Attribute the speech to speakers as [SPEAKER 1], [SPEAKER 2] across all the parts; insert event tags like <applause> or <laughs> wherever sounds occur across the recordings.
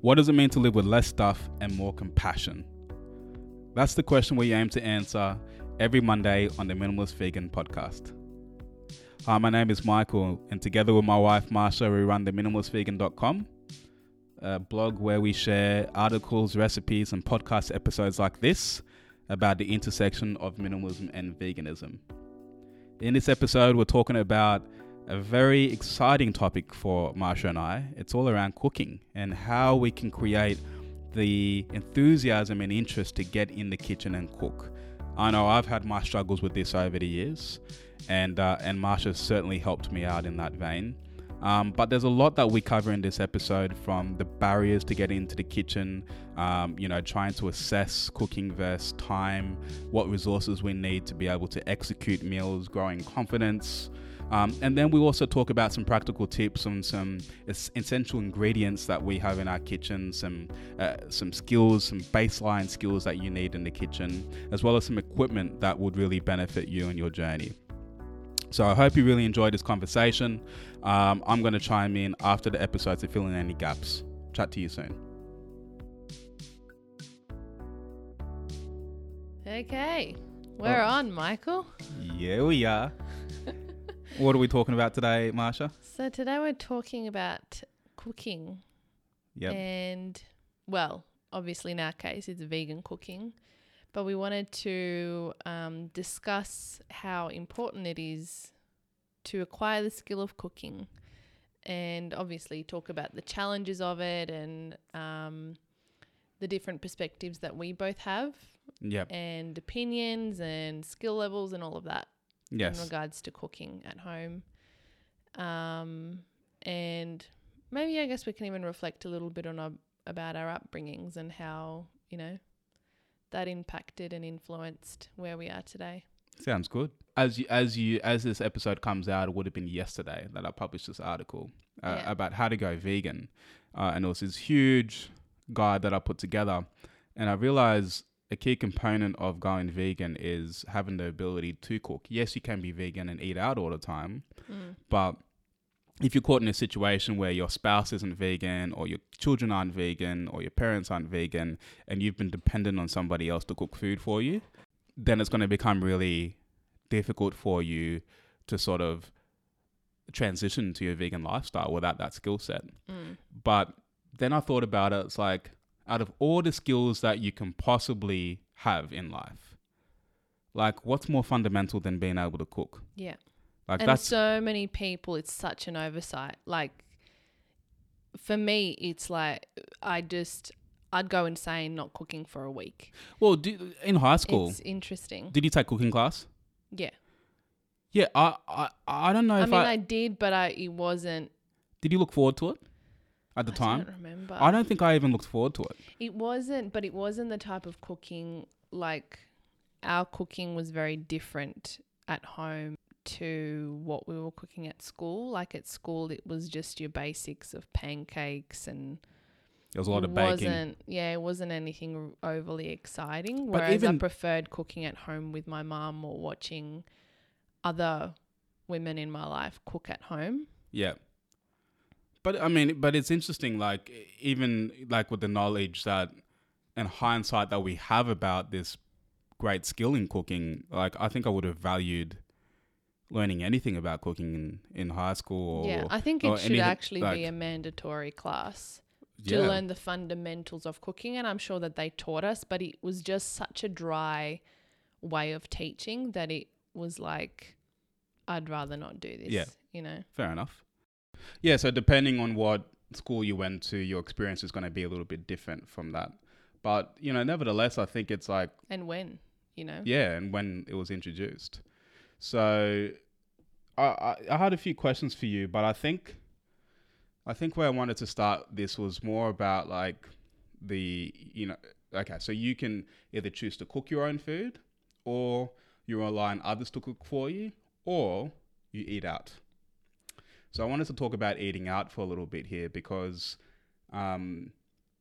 [SPEAKER 1] What does it mean to live with less stuff and more compassion? That's the question we aim to answer every Monday on the Minimalist Vegan podcast. Hi, my name is Michael, and together with my wife Marsha, we run the minimalistvegan.com, a blog where we share articles, recipes, and podcast episodes like this about the intersection of minimalism and veganism. In this episode, we're talking about a very exciting topic for Marsha and I. It's all around cooking and how we can create the enthusiasm and interest to get in the kitchen and cook. I know I've had my struggles with this over the years, and uh, and Marsha certainly helped me out in that vein. Um, but there's a lot that we cover in this episode, from the barriers to get into the kitchen, um, you know, trying to assess cooking versus time, what resources we need to be able to execute meals, growing confidence. Um, and then we also talk about some practical tips on some es- essential ingredients that we have in our kitchen, some uh, some skills, some baseline skills that you need in the kitchen, as well as some equipment that would really benefit you in your journey. So I hope you really enjoyed this conversation. Um, I'm going to chime in after the episode to fill in any gaps. Chat to you soon.
[SPEAKER 2] Okay, we're
[SPEAKER 1] Oh.
[SPEAKER 2] on, Michael.
[SPEAKER 1] Yeah, we are. what are we talking about today, Marsha?
[SPEAKER 2] So today we're talking about cooking, Eh,
[SPEAKER 1] Yep.
[SPEAKER 2] and well, obviously in our case it's vegan cooking, but we wanted to um, discuss how important it is to acquire the skill of cooking, and obviously talk about the challenges of it and um, the different perspectives that we both have,
[SPEAKER 1] Yep.
[SPEAKER 2] and opinions and skill levels and all of that. in
[SPEAKER 1] Yes.
[SPEAKER 2] regards to cooking at home. Um, and maybe I guess we can even reflect a little bit on our, about our upbringings and how, you know, that impacted and influenced where we are today.
[SPEAKER 1] Sounds good. As you, as you as this episode comes out, it would have been yesterday that I published this article uh,
[SPEAKER 2] Yeah.
[SPEAKER 1] about how to go vegan, uh, and it was this huge guide that I put together, and I realized a key component of going vegan is having the ability to cook. Yes, you can be vegan and eat out all the time, but if you're caught in a situation where your spouse isn't vegan or your children aren't vegan or your parents aren't vegan and you've been dependent on somebody else to cook food for you, then it's going to become really difficult for you to sort of transition to your vegan lifestyle without that skill set. But then I thought about it, it's like out of all the skills that you can possibly have in life, like what's more fundamental than being able to cook?
[SPEAKER 2] Yeah.
[SPEAKER 1] Like
[SPEAKER 2] and
[SPEAKER 1] that's
[SPEAKER 2] so many people, it's such an oversight. Like, for me, it's like I just, I'd go insane not cooking for a week.
[SPEAKER 1] well, do, in high school,
[SPEAKER 2] It's interesting.
[SPEAKER 1] did you take cooking class?
[SPEAKER 2] Yeah.
[SPEAKER 1] Yeah, I I, I don't know
[SPEAKER 2] I
[SPEAKER 1] if
[SPEAKER 2] mean,
[SPEAKER 1] I,
[SPEAKER 2] I, did, but I it wasn't.
[SPEAKER 1] did. You look forward to it at the
[SPEAKER 2] I
[SPEAKER 1] time.
[SPEAKER 2] don't remember.
[SPEAKER 1] I don't think I even looked forward to it.
[SPEAKER 2] It wasn't, but it wasn't the type of cooking like our cooking was very different at home to what we were cooking at school. Like at school, it was just your basics of pancakes and
[SPEAKER 1] There was a lot of baking.
[SPEAKER 2] wasn't yeah, it wasn't anything r- overly exciting.
[SPEAKER 1] But
[SPEAKER 2] Whereas
[SPEAKER 1] even-
[SPEAKER 2] I preferred cooking at home with my mum or watching other women in my life cook at home.
[SPEAKER 1] Yeah. But I mean, but it's interesting. Like even like with the knowledge that and hindsight that we have about this great skill in cooking, like I think I would have valued learning anything about cooking in, in high school. Or,
[SPEAKER 2] yeah, I think
[SPEAKER 1] or
[SPEAKER 2] it should
[SPEAKER 1] anything,
[SPEAKER 2] actually
[SPEAKER 1] like-
[SPEAKER 2] be a mandatory class. to
[SPEAKER 1] yeah.
[SPEAKER 2] learn the fundamentals of cooking and i'm sure that they taught us but it was just such a dry way of teaching that it was like i'd rather not do this
[SPEAKER 1] Yeah.
[SPEAKER 2] you know
[SPEAKER 1] Fair enough. Yeah, so depending on what school you went to, your experience is going to be a little bit different from that. But, you know, nevertheless, I think it's like,
[SPEAKER 2] and when you know
[SPEAKER 1] yeah, and when it was introduced. So I, I, I had a few questions for you, but I think I think where I wanted to start this was more about like the you know okay, so you can either choose to cook your own food or you rely on others to cook for you or you eat out. So I wanted to talk about eating out for a little bit here because um,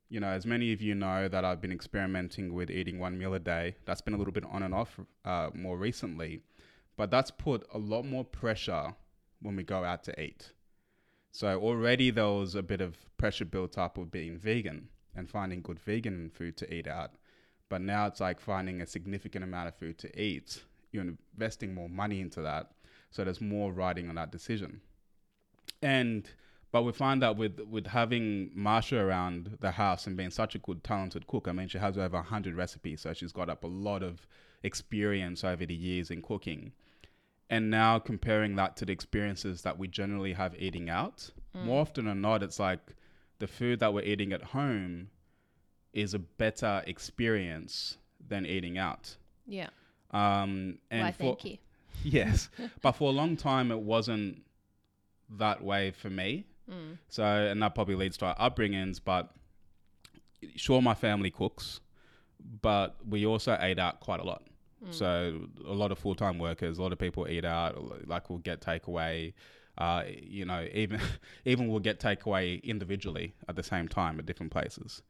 [SPEAKER 1] you know, as many of you know, that I've been experimenting with eating one meal a day. That's been a little bit on and off uh, more recently, but that's put a lot more pressure when we go out to eat. So already there was a bit of pressure built up of being vegan. and finding good vegan food to eat out. But now it's like finding a significant amount of food to eat. You're investing more money into that. So there's more riding on that decision. And but we find that with with having Marsha around the house and being such a good talented cook, I mean she has over hundred recipes, so she's got up a lot of experience over the years in cooking. And now comparing that to the experiences that we generally have eating out,
[SPEAKER 2] Mm.
[SPEAKER 1] more often than not, it's like the food that we're eating at home is a better experience than eating out.
[SPEAKER 2] Yeah.
[SPEAKER 1] Um, and
[SPEAKER 2] Why,
[SPEAKER 1] for,
[SPEAKER 2] thank you.
[SPEAKER 1] <laughs>
[SPEAKER 2] <laughs>
[SPEAKER 1] yes, but for a long time it wasn't that way for me.
[SPEAKER 2] Mm.
[SPEAKER 1] So, and that probably leads to our upbringings. But sure, my family cooks, but we also ate out quite a lot.
[SPEAKER 2] Mm.
[SPEAKER 1] So, a lot of full time workers, a lot of people eat out. Like, we'll get takeaway. Uh, you know, even <laughs> even we'll get takeaway individually at the same time at different places.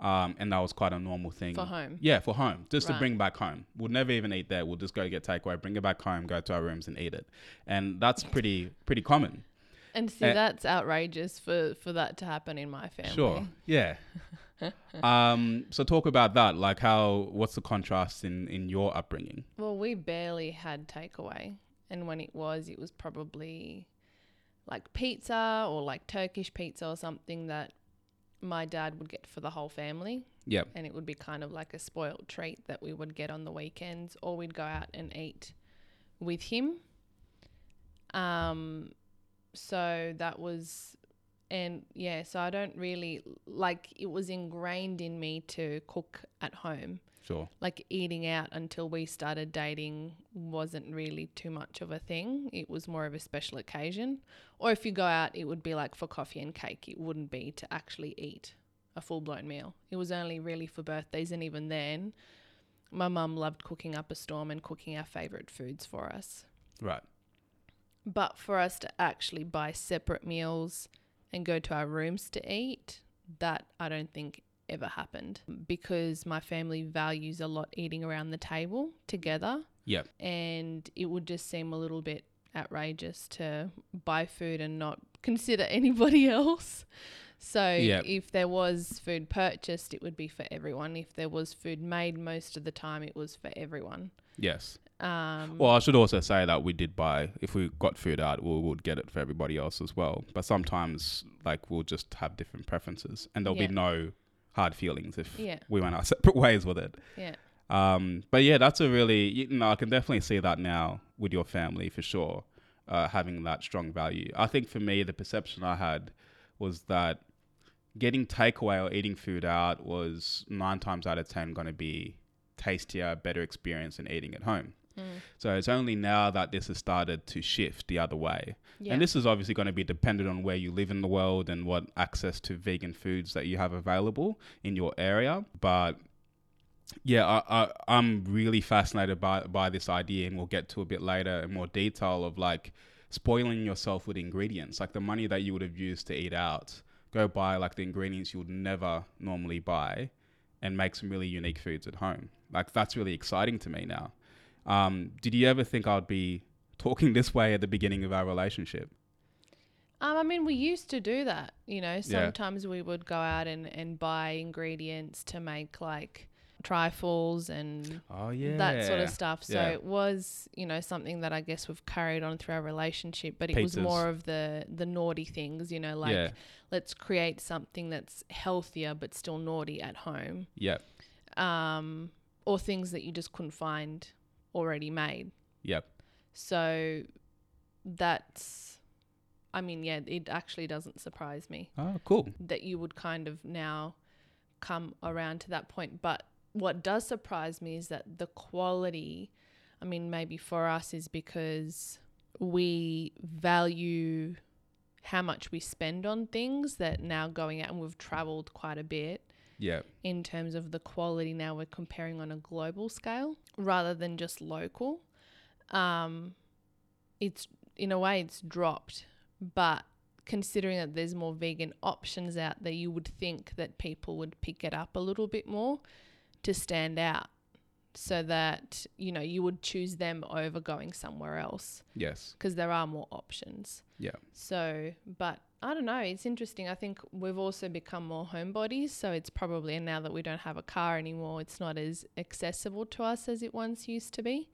[SPEAKER 1] Um, and that was quite a normal thing.
[SPEAKER 2] For home.
[SPEAKER 1] Yeah, for home, just to
[SPEAKER 2] Right.
[SPEAKER 1] bring back home. We'll never even eat there. We'll just go get takeaway, bring it back home, go to our rooms and eat it. And that's pretty pretty common.
[SPEAKER 2] And see,
[SPEAKER 1] Uh,
[SPEAKER 2] that's outrageous for for that to happen in my family.
[SPEAKER 1] Sure.
[SPEAKER 2] <laughs>
[SPEAKER 1] Yeah. um, so talk about that. Like how what's the contrast in in your upbringing?
[SPEAKER 2] Well, we barely had takeaway, and when it was, it was probably like pizza or like Turkish pizza or something that my dad would get for the whole family,
[SPEAKER 1] Yeah.
[SPEAKER 2] and it would be kind of like a spoiled treat that we would get on the weekends, or we'd go out and eat with him. Um, so that was, and yeah, so I don't really like it was ingrained in me to cook at home
[SPEAKER 1] Sure.
[SPEAKER 2] like eating out until we started dating wasn't really too much of a thing. It was more of a special occasion. Or if you go out, it would be like for coffee and cake. It wouldn't be to actually eat a full blown meal. It was only really for birthdays. And even then, my mum loved cooking up a storm and cooking our favourite foods for us.
[SPEAKER 1] Right.
[SPEAKER 2] But for us to actually buy separate meals and go to our rooms to eat, that I don't think ever happened because my family values a lot eating around the table together.
[SPEAKER 1] Yep.
[SPEAKER 2] And it would just seem a little bit outrageous to buy food and not <laughs> consider anybody else. So
[SPEAKER 1] Yep.
[SPEAKER 2] if there was food purchased, it would be for everyone. If there was food made, most of the time it was for everyone.
[SPEAKER 1] Yes.
[SPEAKER 2] Um,
[SPEAKER 1] Well, I should also say that we did buy if we got food out, we would get it for everybody else as well. But sometimes like we'll just have different preferences and there'll
[SPEAKER 2] Yeah.
[SPEAKER 1] be no hard feelings if
[SPEAKER 2] Yeah.
[SPEAKER 1] we went our <laughs> separate ways with it.
[SPEAKER 2] yeah.
[SPEAKER 1] Um, but yeah, that's a really you know I can definitely see that now with your family for sure, uh, having that strong value. I think for me the perception I had was that getting takeaway or eating food out was nine times out of ten going to be tastier, better experience than eating at home. So it's only now that this has started to shift the other way.
[SPEAKER 2] Yeah.
[SPEAKER 1] And this is obviously going to be dependent on where you live in the world and what access to vegan foods that you have available in your area. But yeah, I, I, I'm really fascinated by, by this idea, and we'll get to a bit later in more detail of like spoiling yourself with ingredients, like the money that you would have used to eat out, go buy like the ingredients you would never normally buy and make some really unique foods at home. Like that's really exciting to me now. Um, did you ever think I'd be talking this way at the beginning of our relationship?
[SPEAKER 2] Um, I mean, we used to do that. You know,
[SPEAKER 1] Yeah.
[SPEAKER 2] sometimes we would go out and, and buy ingredients to make like trifles and
[SPEAKER 1] Oh yeah,
[SPEAKER 2] that sort of stuff. So
[SPEAKER 1] Yeah.
[SPEAKER 2] it was, you know, something that I guess we've carried on through our relationship, but it was
[SPEAKER 1] Pizzas.
[SPEAKER 2] more of the the naughty things, you know, like
[SPEAKER 1] Yeah.
[SPEAKER 2] let's create something that's healthier but still naughty at home.
[SPEAKER 1] Yep,
[SPEAKER 2] Um, or things that you just couldn't find already made.
[SPEAKER 1] yep,
[SPEAKER 2] So that's, I mean, yeah, it actually doesn't surprise me
[SPEAKER 1] oh cool,
[SPEAKER 2] that you would kind of now come around to that point. But what does surprise me is that the quality, I mean, maybe for us is because we value how much we spend on things that now going out and we've traveled quite a bit
[SPEAKER 1] yep,
[SPEAKER 2] in terms of the quality now we're comparing on a global scale rather than just local um it's in a way it's dropped but considering that there's more vegan options out there you would think that people would pick it up a little bit more to stand out so that you know you would choose them over going somewhere else
[SPEAKER 1] Yes.
[SPEAKER 2] because there are more options.
[SPEAKER 1] Yeah.
[SPEAKER 2] So, but I don't know. It's interesting. I think we've also become more homebodies. So it's probably, and now that we don't have a car anymore, it's not as accessible to us as it once used to be.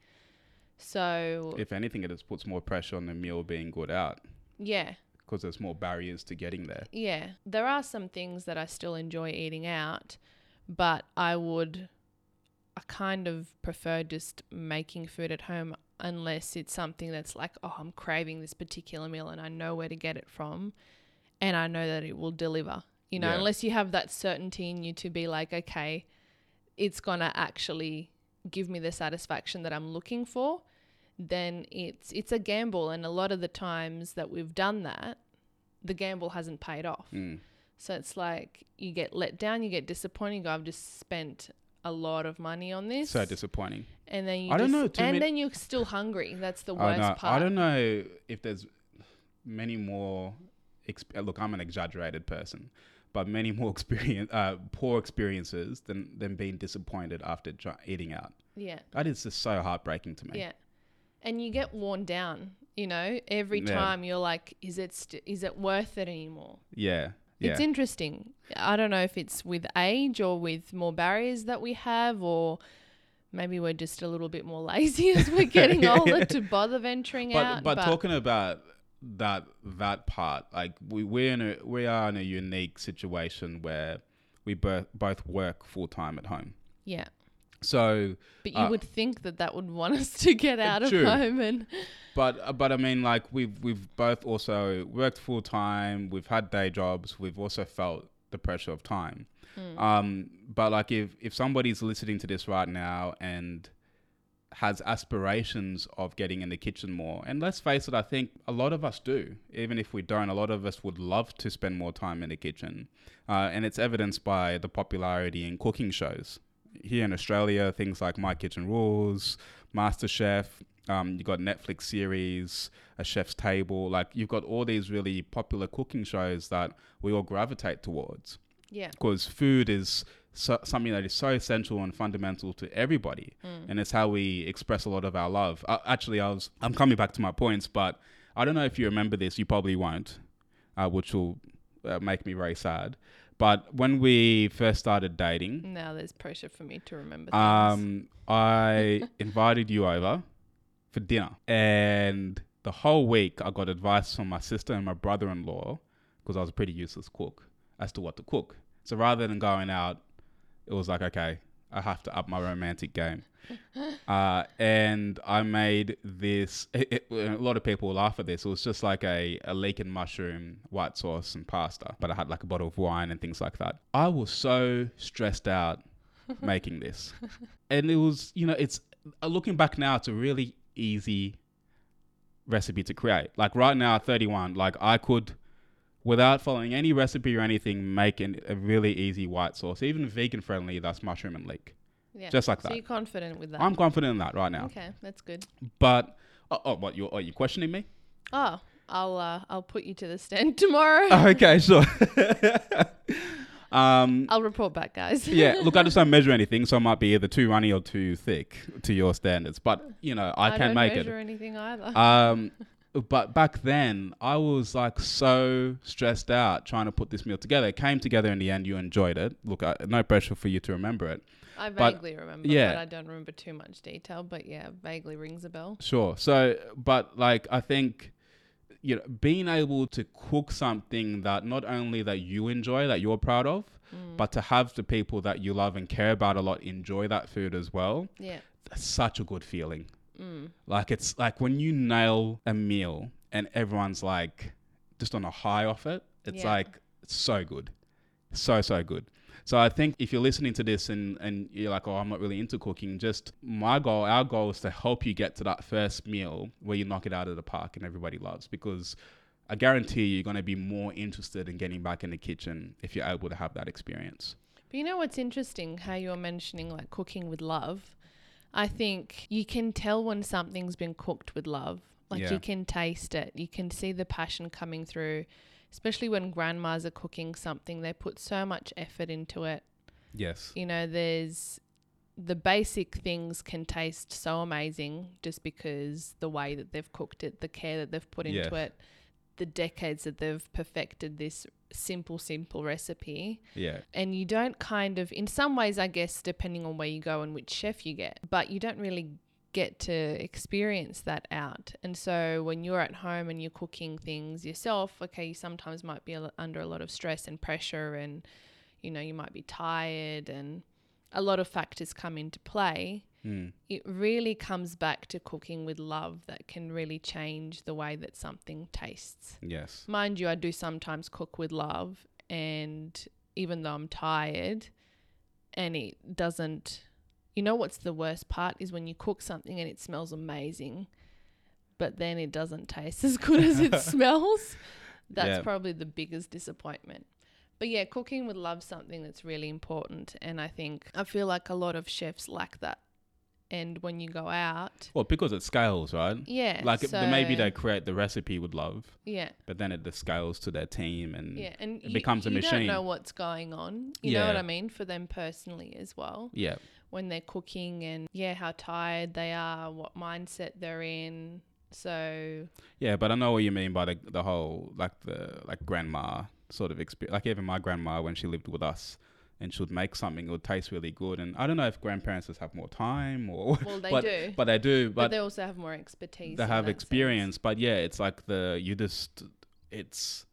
[SPEAKER 2] So,
[SPEAKER 1] If anything, it just puts more pressure on the meal being good out
[SPEAKER 2] yeah,
[SPEAKER 1] because there's more barriers to getting there.
[SPEAKER 2] yeah. There are some things that I still enjoy eating out, but I would, I kind of prefer just making food at home unless it's something that's like, oh, I'm craving this particular meal and I know where to get it from and I know that it will deliver. You know,
[SPEAKER 1] Yeah.
[SPEAKER 2] unless you have that certainty in you to be like, okay, it's going to actually give me the satisfaction that I'm looking for, then it's it's a gamble and a lot of the times that we've done that, the gamble hasn't paid off.
[SPEAKER 1] Mm.
[SPEAKER 2] So it's like you get let down, you get disappointed, you go, I've just spent a lot of money on this.
[SPEAKER 1] So disappointing.
[SPEAKER 2] and then you
[SPEAKER 1] I don't
[SPEAKER 2] just-
[SPEAKER 1] know, too
[SPEAKER 2] and
[SPEAKER 1] many-
[SPEAKER 2] then you're still hungry. That's the
[SPEAKER 1] <laughs> I
[SPEAKER 2] worst
[SPEAKER 1] know.
[SPEAKER 2] part.
[SPEAKER 1] I don't know if there's many more. Exp- uh, look, I'm an exaggerated person, but many more <laughs> experience, uh, poor experiences than than being disappointed after try- eating out.
[SPEAKER 2] yeah.
[SPEAKER 1] That is just so heartbreaking to me.
[SPEAKER 2] Yeah. And you get worn down, you know, every
[SPEAKER 1] Yeah.
[SPEAKER 2] time you're like, is it, st- is it worth it anymore?
[SPEAKER 1] Yeah. Yeah.
[SPEAKER 2] It's interesting. I don't know if it's with age or with more barriers that we have, or maybe we're just a little bit more <laughs> lazy as
[SPEAKER 1] <laughs>
[SPEAKER 2] we're getting
[SPEAKER 1] Yeah.
[SPEAKER 2] older to bother venturing
[SPEAKER 1] but,
[SPEAKER 2] out.
[SPEAKER 1] but talking about that that part, like we we're in a, we are in a unique situation where we both both work full time at home.
[SPEAKER 2] yeah,
[SPEAKER 1] So,
[SPEAKER 2] but you
[SPEAKER 1] Uh,
[SPEAKER 2] would think that that would want us to get out of
[SPEAKER 1] true.
[SPEAKER 2] home and <laughs>
[SPEAKER 1] but uh, but I mean, like we've we've both also worked full time. We've had day jobs. We've also felt the pressure of time. Um, but like if if somebody's listening to this right now and has aspirations of getting in the kitchen more, and let's face it, I think a lot of us do. Even if we don't, a lot of us would love to spend more time in the kitchen, uh, and it's evidenced by the popularity in cooking shows here in Australia. Things like My Kitchen Rules, MasterChef. Um, you've got Netflix series, A Chef's Table. Like you've got all these really popular cooking shows that we all gravitate towards
[SPEAKER 2] yeah,
[SPEAKER 1] because food is so, something that is so essential and fundamental to everybody, and it's how we express a lot of our love. Uh, actually, I was I'm coming back to my points, but I don't know if you remember this. You probably won't, uh, which will uh, make me very sad. But when we first started dating,
[SPEAKER 2] now there's pressure for me to remember things.
[SPEAKER 1] um, I <laughs> invited you over for dinner, and the whole week I got advice from my sister and my brother-in-law because I was a pretty useless cook as to what to cook. So rather than going out, it was like, okay, I have to up my romantic game. uh, and I made this, it, it- a lot of people laugh at this. It was just like a, a leek and mushroom, white sauce, and pasta. But I had like a bottle of wine and things like that. I was so stressed out making this. And it was, you know, it's uh, looking back now, it's a really easy recipe to create. Like right now at 31, like I could without following any recipe or anything, make an, a really easy white sauce, even vegan friendly. That's mushroom and leek,
[SPEAKER 2] yeah.
[SPEAKER 1] just like
[SPEAKER 2] so
[SPEAKER 1] that.
[SPEAKER 2] you're confident with that?
[SPEAKER 1] I'm confident in that right now.
[SPEAKER 2] okay, that's good.
[SPEAKER 1] But oh, oh what you are you questioning me? <laughs>
[SPEAKER 2] Oh, I'll uh, I'll put you to the stand <laughs> tomorrow.
[SPEAKER 1] <laughs> okay, sure. um,
[SPEAKER 2] I'll report back, guys.
[SPEAKER 1] yeah, look, I just don't measure anything, so I might be either too runny or too thick to your standards. But you know,
[SPEAKER 2] <laughs>
[SPEAKER 1] I, can
[SPEAKER 2] don't
[SPEAKER 1] make it.
[SPEAKER 2] measure anything either.
[SPEAKER 1] Um, but back then, I was like so stressed out trying to put this meal together. It came together in the end. You enjoyed it. Look, I, no pressure for you to remember it.
[SPEAKER 2] I
[SPEAKER 1] but-
[SPEAKER 2] vaguely remember,
[SPEAKER 1] yeah.
[SPEAKER 2] but I don't remember too much detail. But yeah, vaguely rings a bell.
[SPEAKER 1] Sure. So, but like, I think you know, being able to cook something that not only that you enjoy, that you're proud of, but to have the people that you love and care about a lot enjoy that food as well.
[SPEAKER 2] Yeah,
[SPEAKER 1] That's such a good feeling. Like it's like when you nail a meal and everyone's like just on a high off it. It's
[SPEAKER 2] Yeah.
[SPEAKER 1] like so good, so so good. So I think if you're listening to this and and you're like, oh, I'm not really into cooking. Just my goal, our goal is to help you get to that first meal where you knock it out of the park and everybody loves because. I guarantee you, you're going to be more interested in getting back in the kitchen if you're able to have that experience.
[SPEAKER 2] but you know what's interesting? How you're mentioning like cooking with love. I think you can tell when something's been cooked with love. Like
[SPEAKER 1] Yeah.
[SPEAKER 2] you can taste it. You can see the passion coming through, especially when grandmas are cooking something. They put so much effort into it.
[SPEAKER 1] Yes.
[SPEAKER 2] you know there's the basic things can taste so amazing just because the way that they've cooked it, the care that they've put
[SPEAKER 1] Yes.
[SPEAKER 2] into it, the decades that they've perfected this simple, simple recipe.
[SPEAKER 1] Yeah.
[SPEAKER 2] And you don't kind of, in some ways, I guess, depending on where you go and which chef you get, but you don't really get to experience that out. And so when you're at home and you're cooking things yourself, okay, you sometimes might be a lo- under a lot of stress and pressure, and you know, you might be tired, and a lot of factors come into play.
[SPEAKER 1] Mm.
[SPEAKER 2] It really comes back to cooking with love that can really change the way that something tastes.
[SPEAKER 1] Yes.
[SPEAKER 2] Mind you, I do sometimes cook with love, and even though I'm tired, and it doesn't. You know what's the worst part is when you cook something and it smells amazing, but then it doesn't taste as good
[SPEAKER 1] <laughs>
[SPEAKER 2] as it smells. That's
[SPEAKER 1] Yeah.
[SPEAKER 2] probably the biggest disappointment. But yeah, cooking with love something that's really important, and I think I feel like a lot of chefs lack that. And when you go out,
[SPEAKER 1] Well, because it scales, right?
[SPEAKER 2] yeah,
[SPEAKER 1] Like it- then maybe
[SPEAKER 2] so-
[SPEAKER 1] they create the recipe with love,
[SPEAKER 2] yeah.
[SPEAKER 1] but then it just scales to their team and
[SPEAKER 2] Yeah, and
[SPEAKER 1] Mm. it becomes a
[SPEAKER 2] You
[SPEAKER 1] machine.
[SPEAKER 2] don't know what's going on. You know what
[SPEAKER 1] Yeah.
[SPEAKER 2] I mean for them personally as well
[SPEAKER 1] yeah.
[SPEAKER 2] when they're cooking and yeah, how tired they are, what mindset they're in. So
[SPEAKER 1] Yeah, but I know what you mean by the the whole like the like grandma sort of experience. Like even my grandma when she lived with us, and she would make something it would taste really good. And I don't know if grandparents just have more time or
[SPEAKER 2] well,
[SPEAKER 1] <laughs>
[SPEAKER 2] they
[SPEAKER 1] but,
[SPEAKER 2] do, but,
[SPEAKER 1] but they do, but,
[SPEAKER 2] they also have more expertise.
[SPEAKER 1] they
[SPEAKER 2] in
[SPEAKER 1] have
[SPEAKER 2] that
[SPEAKER 1] experience. But yeah, it's like the you just it's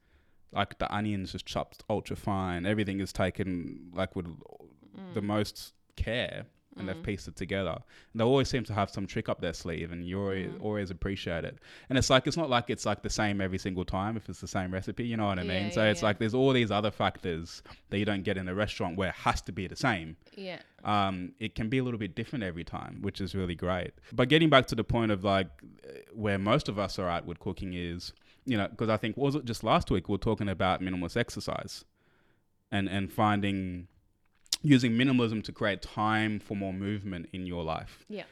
[SPEAKER 1] like the onions just chopped ultra fine. Everything is taken like with
[SPEAKER 2] sense.
[SPEAKER 1] the
[SPEAKER 2] Mm,
[SPEAKER 1] most care. And
[SPEAKER 2] mm.
[SPEAKER 1] they've pieced it together. And they always seem to have some trick up their sleeve, and you always,
[SPEAKER 2] Mm.
[SPEAKER 1] always appreciate it. And it's like it's not like it's like the same every single time if it's the same recipe. You know what I
[SPEAKER 2] Yeah,
[SPEAKER 1] mean? So
[SPEAKER 2] yeah,
[SPEAKER 1] it's
[SPEAKER 2] yeah.
[SPEAKER 1] like there's all these other factors that you don't get in a restaurant where it has to be the same
[SPEAKER 2] yeah,
[SPEAKER 1] um, it can be a little bit different every time, which is really great. But getting back to the point of like uh, where most of us are at with cooking is, you know, because I think was it just last week we were talking about minimalist exercise, and and finding using minimalism to create time for more movement in your life.
[SPEAKER 2] Yeah.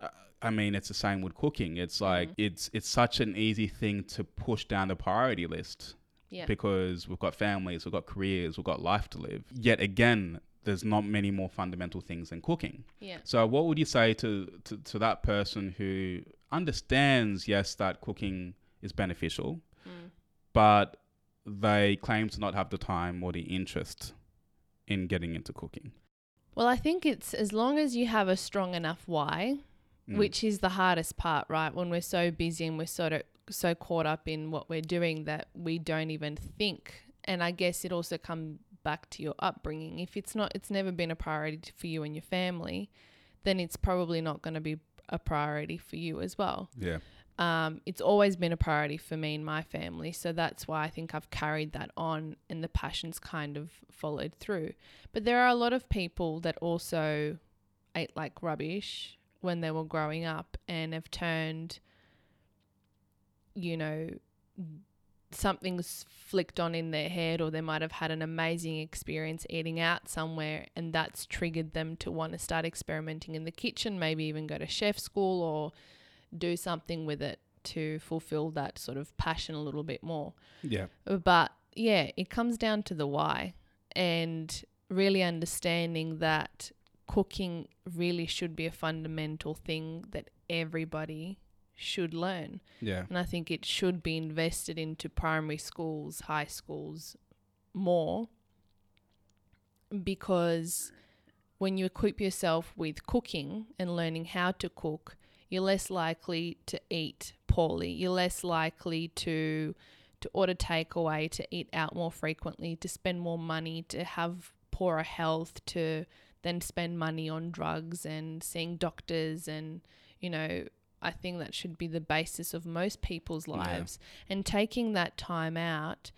[SPEAKER 1] Uh, I mean, it's the same with cooking. It's like
[SPEAKER 2] Mhm.
[SPEAKER 1] it's it's such an easy thing to push down the priority list
[SPEAKER 2] yeah,
[SPEAKER 1] because we've got families, we've got careers, we've got life to live. Yet again, there's not many more fundamental things than cooking.
[SPEAKER 2] yeah.
[SPEAKER 1] So, what would you say to, to, to that person who understands, yes, that cooking is beneficial,
[SPEAKER 2] Mm.
[SPEAKER 1] but they claim to not have the time or the interest in getting into cooking?
[SPEAKER 2] Well, I think it's as long as you have a strong enough why,
[SPEAKER 1] Mm.
[SPEAKER 2] which is the hardest part, right? When we're so busy and we're sort of so caught up in what we're doing that we don't even think. And I guess it also comes back to your upbringing. If it's not, it's never been a priority t- for you and your family, then it's probably not going to be a priority for you as well.
[SPEAKER 1] Yeah.
[SPEAKER 2] Um, it's always been a priority for me and my family. So that's why I think I've carried that on and the passion's kind of followed through. But there are a lot of people that also ate like rubbish when they were growing up and have turned, you know, something's flicked on in their head or they might have had an amazing experience eating out somewhere and that's triggered them to want to start experimenting in the kitchen, maybe even go to chef school or do something with it to fulfill that sort of passion a little bit more. Uh,
[SPEAKER 1] Yeah.
[SPEAKER 2] But yeah, it comes down to the why and really understanding that cooking really should be a fundamental thing that everybody should learn.
[SPEAKER 1] Yeah.
[SPEAKER 2] And I think it should be invested into primary schools, high schools more because when you equip yourself with cooking and learning how to cook, you're less likely to eat poorly. You're less likely to to order takeaway, to eat out more frequently, to spend more money, to have poorer health, to then spend money on drugs and seeing doctors and you know I think that should be the basis of most people's
[SPEAKER 1] Yeah.
[SPEAKER 2] lives. And taking that time out,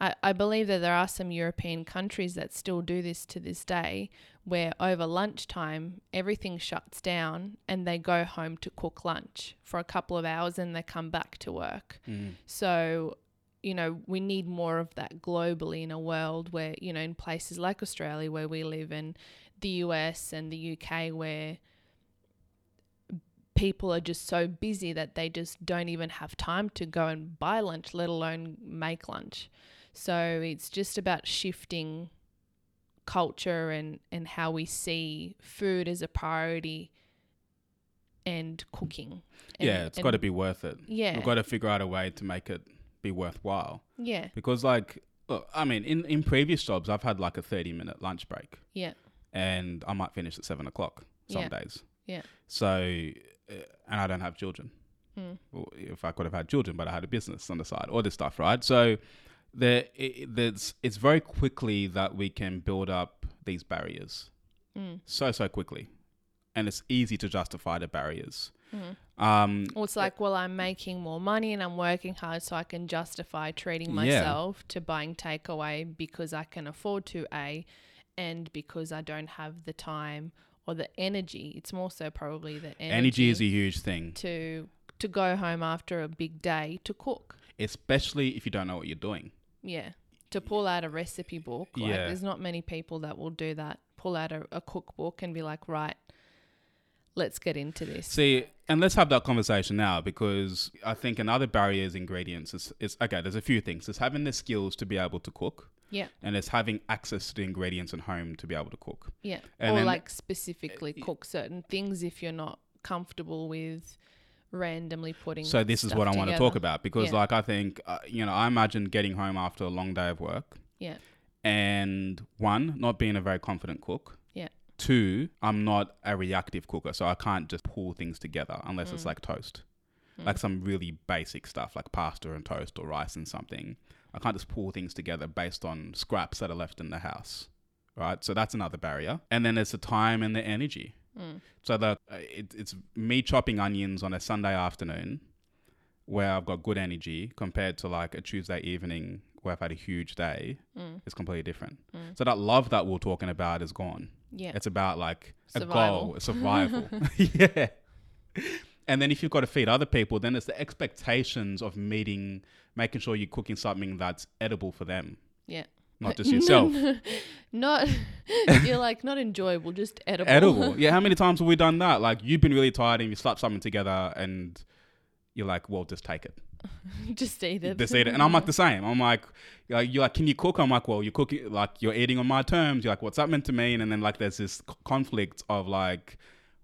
[SPEAKER 2] I, I believe that there are some European countries that still do this to this day, where over lunchtime everything shuts down and they go home to cook lunch for a couple of hours and they come back to work.
[SPEAKER 1] Mm.
[SPEAKER 2] So, you know, we need more of that globally in a world where, you know, in places like Australia where we live and the US and the UK where people are just so busy that they just don't even have time to go and buy lunch, let alone make lunch. So it's just about shifting culture and, and how we see food as a priority and cooking. And-
[SPEAKER 1] yeah, it's
[SPEAKER 2] and-
[SPEAKER 1] got to be worth it.
[SPEAKER 2] Yeah.
[SPEAKER 1] We've got to figure out a way to make it be worthwhile.
[SPEAKER 2] Yeah.
[SPEAKER 1] Because, like, look, I mean, in, in previous jobs, I've had like a 30 minute lunch break.
[SPEAKER 2] Yeah.
[SPEAKER 1] And I might finish at seven o'clock some
[SPEAKER 2] Yeah.
[SPEAKER 1] days.
[SPEAKER 2] Yeah.
[SPEAKER 1] So, uh, and I don't have children.
[SPEAKER 2] Mm.
[SPEAKER 1] Well, If I could have had children, but I had a business on the side, all this stuff, right? So, there, it, there's, it's very quickly that we can build up these barriers
[SPEAKER 2] Mm.
[SPEAKER 1] so, so quickly. And it's easy to justify the barriers.
[SPEAKER 2] Mhm.
[SPEAKER 1] Um,
[SPEAKER 2] Or it's like, well, I'm making more money and I'm working hard so I can justify treating myself to buying takeaway because I can afford to, A, and because I don't have the time or the energy. It's more so probably the energy,
[SPEAKER 1] energy is a huge thing.
[SPEAKER 2] to to go home after a big day to cook.
[SPEAKER 1] especially if you don't know what you're doing.
[SPEAKER 2] Yeah. To pull out a recipe book. Like,
[SPEAKER 1] Yeah.
[SPEAKER 2] There's not many people that will do that. Pull out a, a cookbook and be like, right, let's get into this.
[SPEAKER 1] See, and let's have that conversation now because I think another barrier is ingredients. It's, it's okay. There's a few things. It's having the skills to be able to cook,
[SPEAKER 2] Yeah.
[SPEAKER 1] and it's having access to the ingredients at home to be able to cook.
[SPEAKER 2] Yeah.
[SPEAKER 1] And
[SPEAKER 2] or
[SPEAKER 1] then-
[SPEAKER 2] like specifically cook certain things if you're not comfortable with randomly putting.
[SPEAKER 1] So this is what I want to talk about because,
[SPEAKER 2] Yeah.
[SPEAKER 1] like, I think uh, you know, I imagine getting home after a long day of work,
[SPEAKER 2] Yeah.
[SPEAKER 1] and one, not being a very confident cook.
[SPEAKER 2] Yeah.
[SPEAKER 1] Two, I'm not a reactive cooker, so I can't just pull things together unless it's
[SPEAKER 2] Mm.
[SPEAKER 1] like toast,
[SPEAKER 2] Mm.
[SPEAKER 1] like some really basic stuff like pasta and toast or rice and something. I can't just pull things together based on scraps that are left in the house, right? So that's another barrier. And then there's the time and the energy.
[SPEAKER 2] Mm.
[SPEAKER 1] So that uh, it, it's me chopping onions on a Sunday afternoon where I've got good energy compared to like a Tuesday evening where I've had a huge day
[SPEAKER 2] Mm.
[SPEAKER 1] is completely different.
[SPEAKER 2] Mm.
[SPEAKER 1] So that love that we're talking about is gone.
[SPEAKER 2] Yeah.
[SPEAKER 1] It's about like a goal, a
[SPEAKER 2] Survival.
[SPEAKER 1] survival.
[SPEAKER 2] <laughs>
[SPEAKER 1] <laughs> yeah. And then if you've got to feed other people, then it's the expectations of meeting, making sure you're cooking something that's edible for them.
[SPEAKER 2] Yeah. <laughs>
[SPEAKER 1] Not just yourself.
[SPEAKER 2] not <laughs> you're like not enjoyable, just edible.
[SPEAKER 1] edible. Yeah, how many times have we done that? Like you've been really tired and you slap something together and you're like, well, just take it.
[SPEAKER 2] <laughs> just eat it.
[SPEAKER 1] Just eat it. And
[SPEAKER 2] <laughs>
[SPEAKER 1] I'm like the same. I'm like, like, you're like, can you cook? I'm like, well, you're cooking, like you're eating on my terms. You're like, what's that meant to mean? And then like there's this c- conflict of like,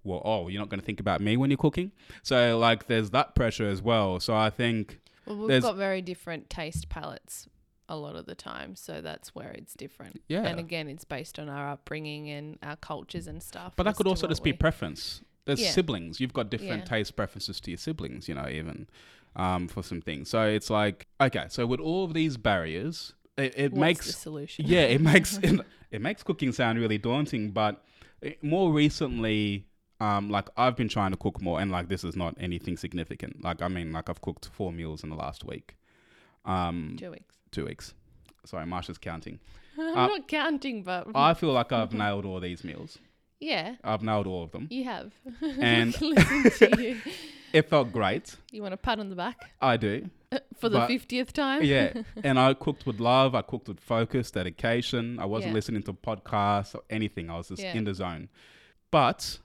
[SPEAKER 1] well, oh, you're not going to think about me when you're cooking. So like there's that pressure as well. So I think
[SPEAKER 2] Well, we've
[SPEAKER 1] There's-
[SPEAKER 2] got very different taste palettes a lot of the time, so that's where it's different.
[SPEAKER 1] Yeah.
[SPEAKER 2] And again, it's based on our upbringing and our cultures and stuff.
[SPEAKER 1] But that
[SPEAKER 2] as
[SPEAKER 1] could
[SPEAKER 2] to
[SPEAKER 1] also
[SPEAKER 2] what
[SPEAKER 1] just be
[SPEAKER 2] we-
[SPEAKER 1] preference. There's
[SPEAKER 2] Yeah.
[SPEAKER 1] siblings. You've got different
[SPEAKER 2] Yeah.
[SPEAKER 1] taste preferences to your siblings, you know, even um, for some things. So it's like, okay, so with all of these barriers, it, it
[SPEAKER 2] what's the
[SPEAKER 1] makes,
[SPEAKER 2] solution. <laughs>
[SPEAKER 1] yeah, it makes, it, it makes cooking sound really daunting. But it- more recently, um, like I've been trying to cook more, and like this is not anything significant. Like I mean, like I've cooked four meals in the last week, um,
[SPEAKER 2] Two weeks.
[SPEAKER 1] two weeks. Sorry, Marsha's counting.
[SPEAKER 2] <laughs> I'm
[SPEAKER 1] Uh,
[SPEAKER 2] not counting, but
[SPEAKER 1] I feel like I've nailed all these meals.
[SPEAKER 2] <laughs> yeah,
[SPEAKER 1] I've nailed all of them.
[SPEAKER 2] you have.
[SPEAKER 1] And-
[SPEAKER 2] <laughs> listen to you.
[SPEAKER 1] It felt great.
[SPEAKER 2] You want a pat on the back
[SPEAKER 1] I do.
[SPEAKER 2] for the
[SPEAKER 1] But-
[SPEAKER 2] fiftieth time? <laughs>
[SPEAKER 1] Yeah. and I cooked with love. I cooked with focus, dedication. I wasn't
[SPEAKER 2] Yeah.
[SPEAKER 1] listening to podcasts or anything. I was just
[SPEAKER 2] Yeah.
[SPEAKER 1] in the zone. But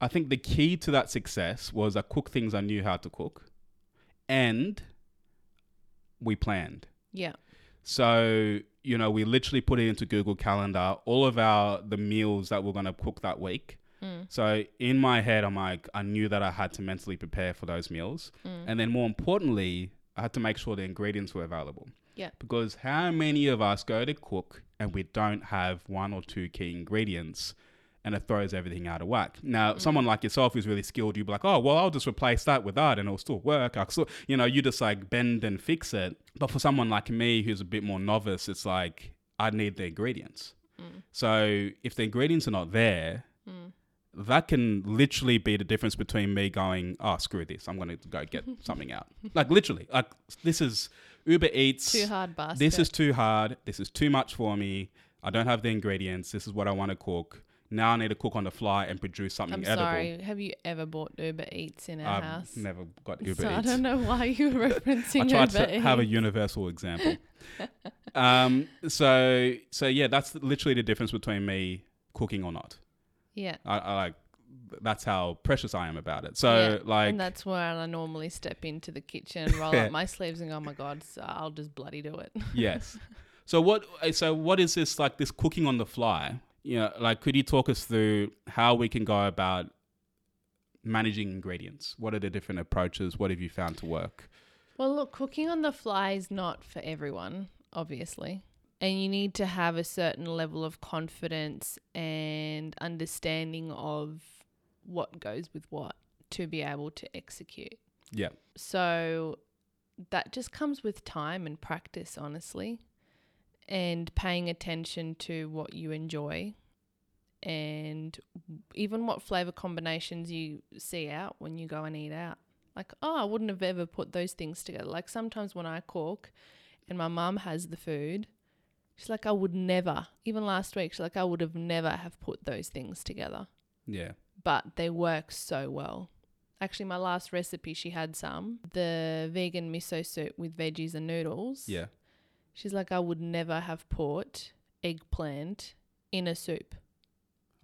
[SPEAKER 1] I think the key to that success was I cooked things I knew how to cook and we planned.
[SPEAKER 2] Yeah.
[SPEAKER 1] So, you know, we literally put it into Google Calendar, all of our the meals that we're going to cook that week.
[SPEAKER 2] Mm.
[SPEAKER 1] So in my head, I'm like, I knew that I had to mentally prepare for those meals,
[SPEAKER 2] Mm.
[SPEAKER 1] and then more importantly, I had to make sure the ingredients were available.
[SPEAKER 2] Yeah.
[SPEAKER 1] Because how many of us go to cook and we don't have one or two key ingredients, and it throws everything out of whack. Now,
[SPEAKER 2] Mm.
[SPEAKER 1] someone like yourself who's really skilled, you'd be like, oh well, I'll just replace that with that, and it'll still work. I still, you know, you just like bend and fix it. But for someone like me who's a bit more novice, it's like I need the ingredients.
[SPEAKER 2] Mm.
[SPEAKER 1] So if the ingredients are not there,
[SPEAKER 2] Mm.
[SPEAKER 1] that can literally be the difference between me going, oh, screw this, I'm going to go
[SPEAKER 2] <laughs>
[SPEAKER 1] get something out. Like, literally, like, this is Uber Eats.
[SPEAKER 2] Too hard basket.
[SPEAKER 1] This is too hard. This is too much for me. I don't have the ingredients. This is what I want to cook. Now I need to cook on the fly and produce something
[SPEAKER 2] I'm
[SPEAKER 1] edible.
[SPEAKER 2] sorry. Have you ever bought Uber Eats in our
[SPEAKER 1] I've
[SPEAKER 2] house?
[SPEAKER 1] never got Uber
[SPEAKER 2] so I
[SPEAKER 1] Eats.
[SPEAKER 2] don't know why you're
[SPEAKER 1] <laughs>
[SPEAKER 2] referencing
[SPEAKER 1] I tried
[SPEAKER 2] Uber
[SPEAKER 1] to
[SPEAKER 2] Eats. <laughs>
[SPEAKER 1] have a universal example. um, so, so yeah, that's literally the difference between me cooking or not.
[SPEAKER 2] yeah.
[SPEAKER 1] I, I like that's how precious I am about it. So
[SPEAKER 2] Yeah,
[SPEAKER 1] like
[SPEAKER 2] and that's where I normally step into the kitchen and
[SPEAKER 1] <laughs>
[SPEAKER 2] roll
[SPEAKER 1] Yeah.
[SPEAKER 2] up my sleeves and go, oh my God, so I'll just bloody do it.
[SPEAKER 1] yes. So what? uh, So what is this like? This cooking on the fly? You know, like could you talk us through how we can go about managing ingredients? What are the different approaches? What have you found to work?
[SPEAKER 2] Well, look, cooking on the fly is not for everyone, obviously. And you need to have a certain level of confidence and understanding of what goes with what to be able to execute.
[SPEAKER 1] Yeah.
[SPEAKER 2] So that just comes with time and practice, honestly, and paying attention to what you enjoy and even what flavor combinations you see out when you go and eat out. Like, oh, I wouldn't have ever put those things together. Like, sometimes when I cook and my mum has the food, she's like, I would never, even last week, she's like, I would have never have put those things together
[SPEAKER 1] Yeah.
[SPEAKER 2] but they work so well. Actually, my last recipe, she had some the vegan miso soup with veggies and noodles.
[SPEAKER 1] Yeah.
[SPEAKER 2] She's like, I would never have put eggplant in a soup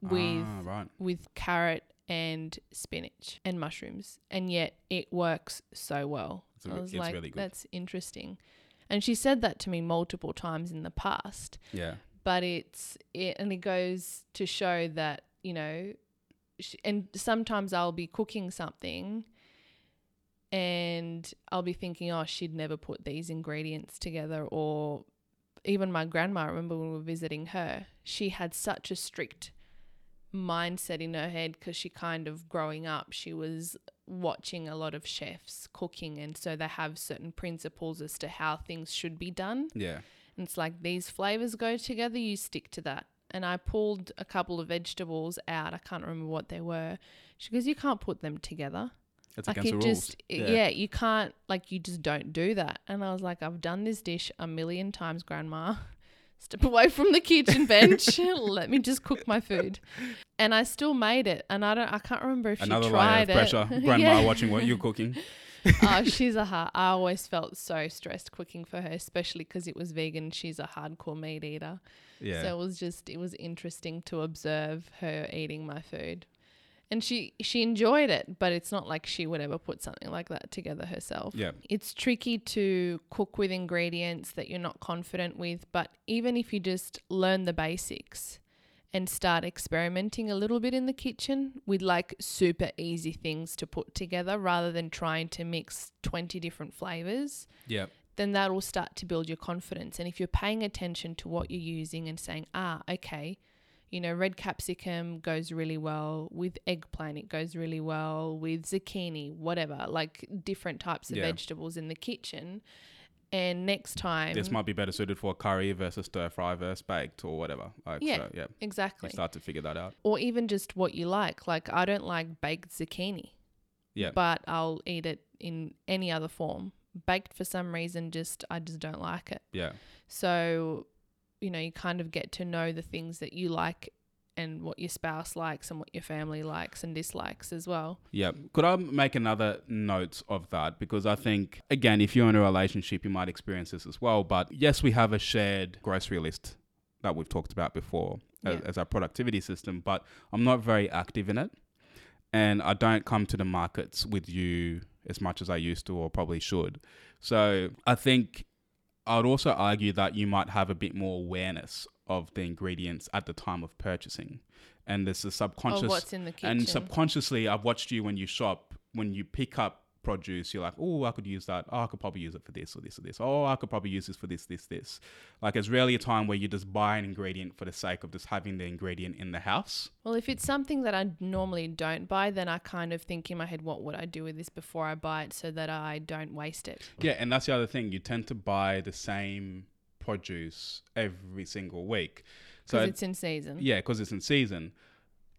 [SPEAKER 2] with
[SPEAKER 1] ah, right.
[SPEAKER 2] with carrot and spinach and mushrooms, and yet it works so well.
[SPEAKER 1] It's a
[SPEAKER 2] I
[SPEAKER 1] re-
[SPEAKER 2] was
[SPEAKER 1] it's
[SPEAKER 2] like,
[SPEAKER 1] really good.
[SPEAKER 2] that's interesting. And she said that to me multiple times in the past,
[SPEAKER 1] Yeah.
[SPEAKER 2] but it's it and it goes to show that you know sh- and sometimes i'll be cooking something and i'll be thinking oh she'd never put these ingredients together or even my grandma I remember when we were visiting her she had such a strict mindset in her head because she kind of growing up she was watching a lot of chefs cooking and so they have certain principles as to how things should be done
[SPEAKER 1] Yeah.
[SPEAKER 2] and it's like these flavors go together, you stick to that. And I pulled a couple of vegetables out. I can't remember what they were. She goes, You can't put them together.
[SPEAKER 1] That's
[SPEAKER 2] like
[SPEAKER 1] against the
[SPEAKER 2] it
[SPEAKER 1] rules.
[SPEAKER 2] just yeah. you can't like you just don't do that. And I was like, I've done this dish a million times, grandma. <laughs> Step away from the kitchen
[SPEAKER 1] <laughs>
[SPEAKER 2] bench. Let me just cook my food. And I still made it. And I don't I can't remember if
[SPEAKER 1] Another
[SPEAKER 2] she
[SPEAKER 1] layer of
[SPEAKER 2] tried <laughs>
[SPEAKER 1] pressure.
[SPEAKER 2] it.
[SPEAKER 1] Grandma
[SPEAKER 2] Yeah.
[SPEAKER 1] watching what you're
[SPEAKER 2] <laughs>
[SPEAKER 1] cooking.
[SPEAKER 2] oh, she's a hard. I always felt so stressed cooking for her, especially because it was vegan. She's a hardcore meat eater,
[SPEAKER 1] Yeah.
[SPEAKER 2] so it was just it was interesting to observe her eating my food, and she she enjoyed it. But it's not like she would ever put something like that together herself.
[SPEAKER 1] yeah.
[SPEAKER 2] It's tricky to cook with ingredients that you're not confident with, but even if you just learn the basics and start experimenting a little bit in the kitchen with like super easy things to put together rather than trying to mix 20 different flavors,
[SPEAKER 1] Yeah.
[SPEAKER 2] then that will start to build your confidence. And if you're paying attention to what you're using and saying, ah, okay, you know, red capsicum goes really well with eggplant, it goes really well with zucchini, whatever, like different types of
[SPEAKER 1] Yeah.
[SPEAKER 2] vegetables in the kitchen. And next time,
[SPEAKER 1] This might be better suited for curry versus stir fry versus baked or whatever. Like
[SPEAKER 2] Yeah.
[SPEAKER 1] so yeah. You
[SPEAKER 2] exactly,
[SPEAKER 1] start to figure that out.
[SPEAKER 2] or even just what you like. Like, I don't like baked zucchini,
[SPEAKER 1] Yeah.
[SPEAKER 2] but I'll eat it in any other form. Baked for some reason, just I just don't like it.
[SPEAKER 1] yeah.
[SPEAKER 2] So, you know, you kind of get to know the things that you like and what your spouse likes and what your family likes and dislikes as well.
[SPEAKER 1] Yeah. Could I make another note of that? Because I think, again, if you're in a relationship, you might experience this as well. But yes, we have a shared grocery list that we've talked about before as,
[SPEAKER 2] Yeah.
[SPEAKER 1] as our productivity system, but I'm not very active in it. And I don't come to the markets with you as much as I used to or probably should. So I think I'd also argue that you might have a bit more awareness of the ingredients at the time of purchasing. And there's a subconscious
[SPEAKER 2] Or what's in the kitchen.
[SPEAKER 1] and subconsciously, I've watched you when you shop, when you pick up produce, you're like, oh, I could use that. Oh, I could probably use it for this or this or this. Oh, I could probably use this for this, this, this. Like, it's rarely a time where you just buy an ingredient for the sake of just having the ingredient in the house.
[SPEAKER 2] well, if it's something that I normally don't buy, then I kind of think in my head, what would I do with this before I buy it so that I don't waste it?
[SPEAKER 1] Yeah, and that's the other thing. You tend to buy the same produce every single week. So,
[SPEAKER 2] Because it's in season.
[SPEAKER 1] yeah, because it's in season.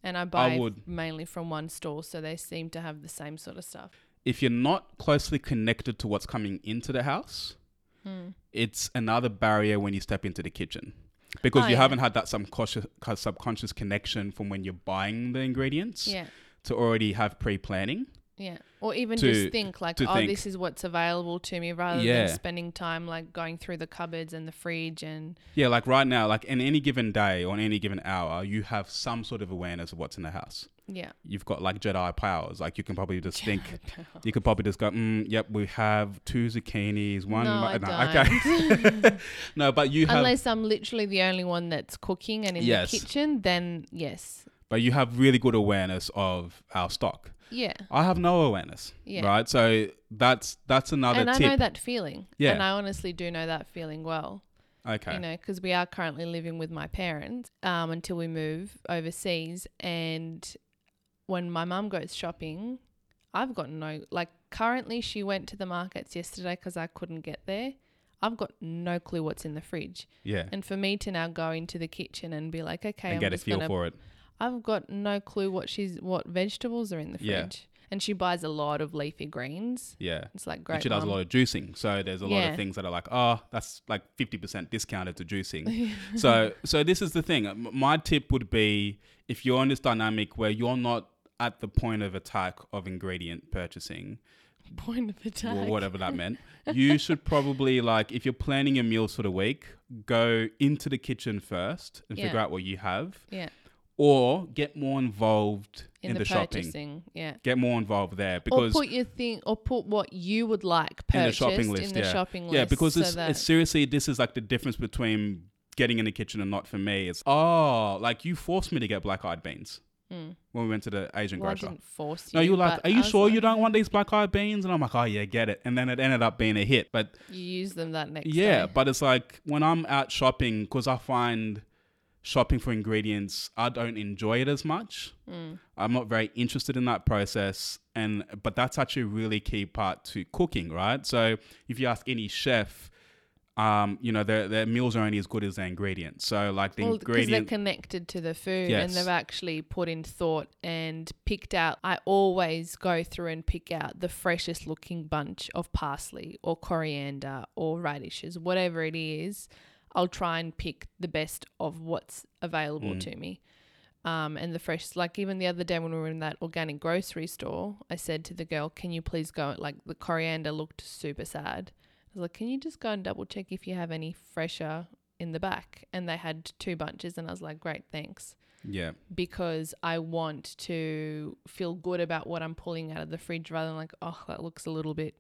[SPEAKER 2] And I buy
[SPEAKER 1] would-
[SPEAKER 2] mainly from one store, so they seem to have the same sort of stuff.
[SPEAKER 1] if you're not closely connected to what's coming into the house,
[SPEAKER 2] Hmm.
[SPEAKER 1] it's another barrier when you step into the kitchen because
[SPEAKER 2] Oh,
[SPEAKER 1] you
[SPEAKER 2] yeah.
[SPEAKER 1] haven't had that subconscious, subconscious connection from when you're buying the ingredients
[SPEAKER 2] Yeah.
[SPEAKER 1] to already have pre planning.
[SPEAKER 2] Yeah. Or even
[SPEAKER 1] to-
[SPEAKER 2] just think like,
[SPEAKER 1] to
[SPEAKER 2] oh,
[SPEAKER 1] think.
[SPEAKER 2] this is what's available to me rather
[SPEAKER 1] Yeah.
[SPEAKER 2] than spending time like going through the cupboards and the fridge and
[SPEAKER 1] Yeah, like right now, like in any given day or in any given hour, you have some sort of awareness of what's in the house.
[SPEAKER 2] yeah.
[SPEAKER 1] You've got like Jedi powers. Like you can probably just think. You could probably just go, mm, "Yep, we have two zucchinis, one."
[SPEAKER 2] No,
[SPEAKER 1] mu-
[SPEAKER 2] I
[SPEAKER 1] okay. <laughs> no, but you have,
[SPEAKER 2] <laughs> Unless I'm literally the only one that's cooking and in
[SPEAKER 1] Yes.
[SPEAKER 2] the kitchen, then yes.
[SPEAKER 1] but you have really good awareness of our stock.
[SPEAKER 2] Yeah.
[SPEAKER 1] I have no awareness,
[SPEAKER 2] Yeah.
[SPEAKER 1] right? So that's that's another
[SPEAKER 2] and I
[SPEAKER 1] tip.
[SPEAKER 2] know that feeling.
[SPEAKER 1] Yeah.
[SPEAKER 2] And I honestly do know that feeling well.
[SPEAKER 1] okay,
[SPEAKER 2] you know, because we are currently living with my parents um, until we move overseas. And when my mum goes shopping, I've got no, like, currently she went to the markets yesterday because I couldn't get there. I've got no clue what's in the fridge.
[SPEAKER 1] yeah,
[SPEAKER 2] And for me to now go into the kitchen and be like, okay,
[SPEAKER 1] and
[SPEAKER 2] I'm
[SPEAKER 1] get a
[SPEAKER 2] just
[SPEAKER 1] feel
[SPEAKER 2] gonna,
[SPEAKER 1] for it.
[SPEAKER 2] I've got no clue what she's, what vegetables are in the
[SPEAKER 1] Yeah.
[SPEAKER 2] fridge. And she buys a lot of leafy greens.
[SPEAKER 1] Yeah,
[SPEAKER 2] It's like
[SPEAKER 1] and
[SPEAKER 2] great.
[SPEAKER 1] she does a
[SPEAKER 2] Mum.
[SPEAKER 1] lot of juicing. So there's a lot of
[SPEAKER 2] Yeah.
[SPEAKER 1] things that are like, oh, that's like 50% discounted to
[SPEAKER 2] <laughs>
[SPEAKER 1] juicing. so so this is the thing. M- My tip would be if you're in this dynamic where you're not at the point of attack of ingredient purchasing
[SPEAKER 2] <laughs> point of attack.
[SPEAKER 1] or whatever that
[SPEAKER 2] <laughs>
[SPEAKER 1] meant, you should probably like if you're planning your meals for the week, go into the kitchen first and
[SPEAKER 2] Yeah.
[SPEAKER 1] figure out what you have
[SPEAKER 2] Yeah.
[SPEAKER 1] or get more involved in,
[SPEAKER 2] In, the,
[SPEAKER 1] the, shopping.
[SPEAKER 2] purchasing. Yeah.
[SPEAKER 1] Get more involved there because
[SPEAKER 2] or put your thing or put what you would like
[SPEAKER 1] In the
[SPEAKER 2] purchased
[SPEAKER 1] shopping list,
[SPEAKER 2] in the
[SPEAKER 1] yeah.
[SPEAKER 2] shopping list.
[SPEAKER 1] Yeah, because
[SPEAKER 2] so
[SPEAKER 1] it's,
[SPEAKER 2] that-
[SPEAKER 1] it's seriously, this is like the difference between getting in the kitchen and not for me. It's, oh, like you forced me to get black eyed beans
[SPEAKER 2] Mm.
[SPEAKER 1] when we went to the Asian
[SPEAKER 2] well, I
[SPEAKER 1] grocery.
[SPEAKER 2] didn't force you.
[SPEAKER 1] No, you were like,
[SPEAKER 2] but
[SPEAKER 1] are
[SPEAKER 2] I
[SPEAKER 1] you
[SPEAKER 2] was
[SPEAKER 1] sure you
[SPEAKER 2] like,
[SPEAKER 1] don't want these black eyed beans? And I'm like, oh, yeah, get it. And then it ended up being a hit. But
[SPEAKER 2] You use them that next
[SPEAKER 1] yeah,
[SPEAKER 2] day.
[SPEAKER 1] but it's like when I'm out shopping, because I find shopping for ingredients, I don't enjoy it as much.
[SPEAKER 2] Mm.
[SPEAKER 1] I'm not very interested in that process. And but that's actually a really key part to cooking, right? So if you ask any chef, um, you know, their their meals are only as good as their ingredients. So like the
[SPEAKER 2] Well, because they're
[SPEAKER 1] ingredient
[SPEAKER 2] connected to the food
[SPEAKER 1] Yes.
[SPEAKER 2] and they've actually put in thought and picked out. I always go through and pick out the freshest looking bunch of parsley or coriander or radishes, whatever it is. I'll try and pick the best of what's available
[SPEAKER 1] Mm.
[SPEAKER 2] to me. Um, and the freshest, like even the other day when we were in that organic grocery store, I said to the girl, Can you please go? Like the coriander looked super sad. I was like, Can you just go and double check if you have any fresher in the back and they had two bunches and I was like great thanks
[SPEAKER 1] Yeah.
[SPEAKER 2] because I want to feel good about what I'm pulling out of the fridge rather than like oh that looks a little bit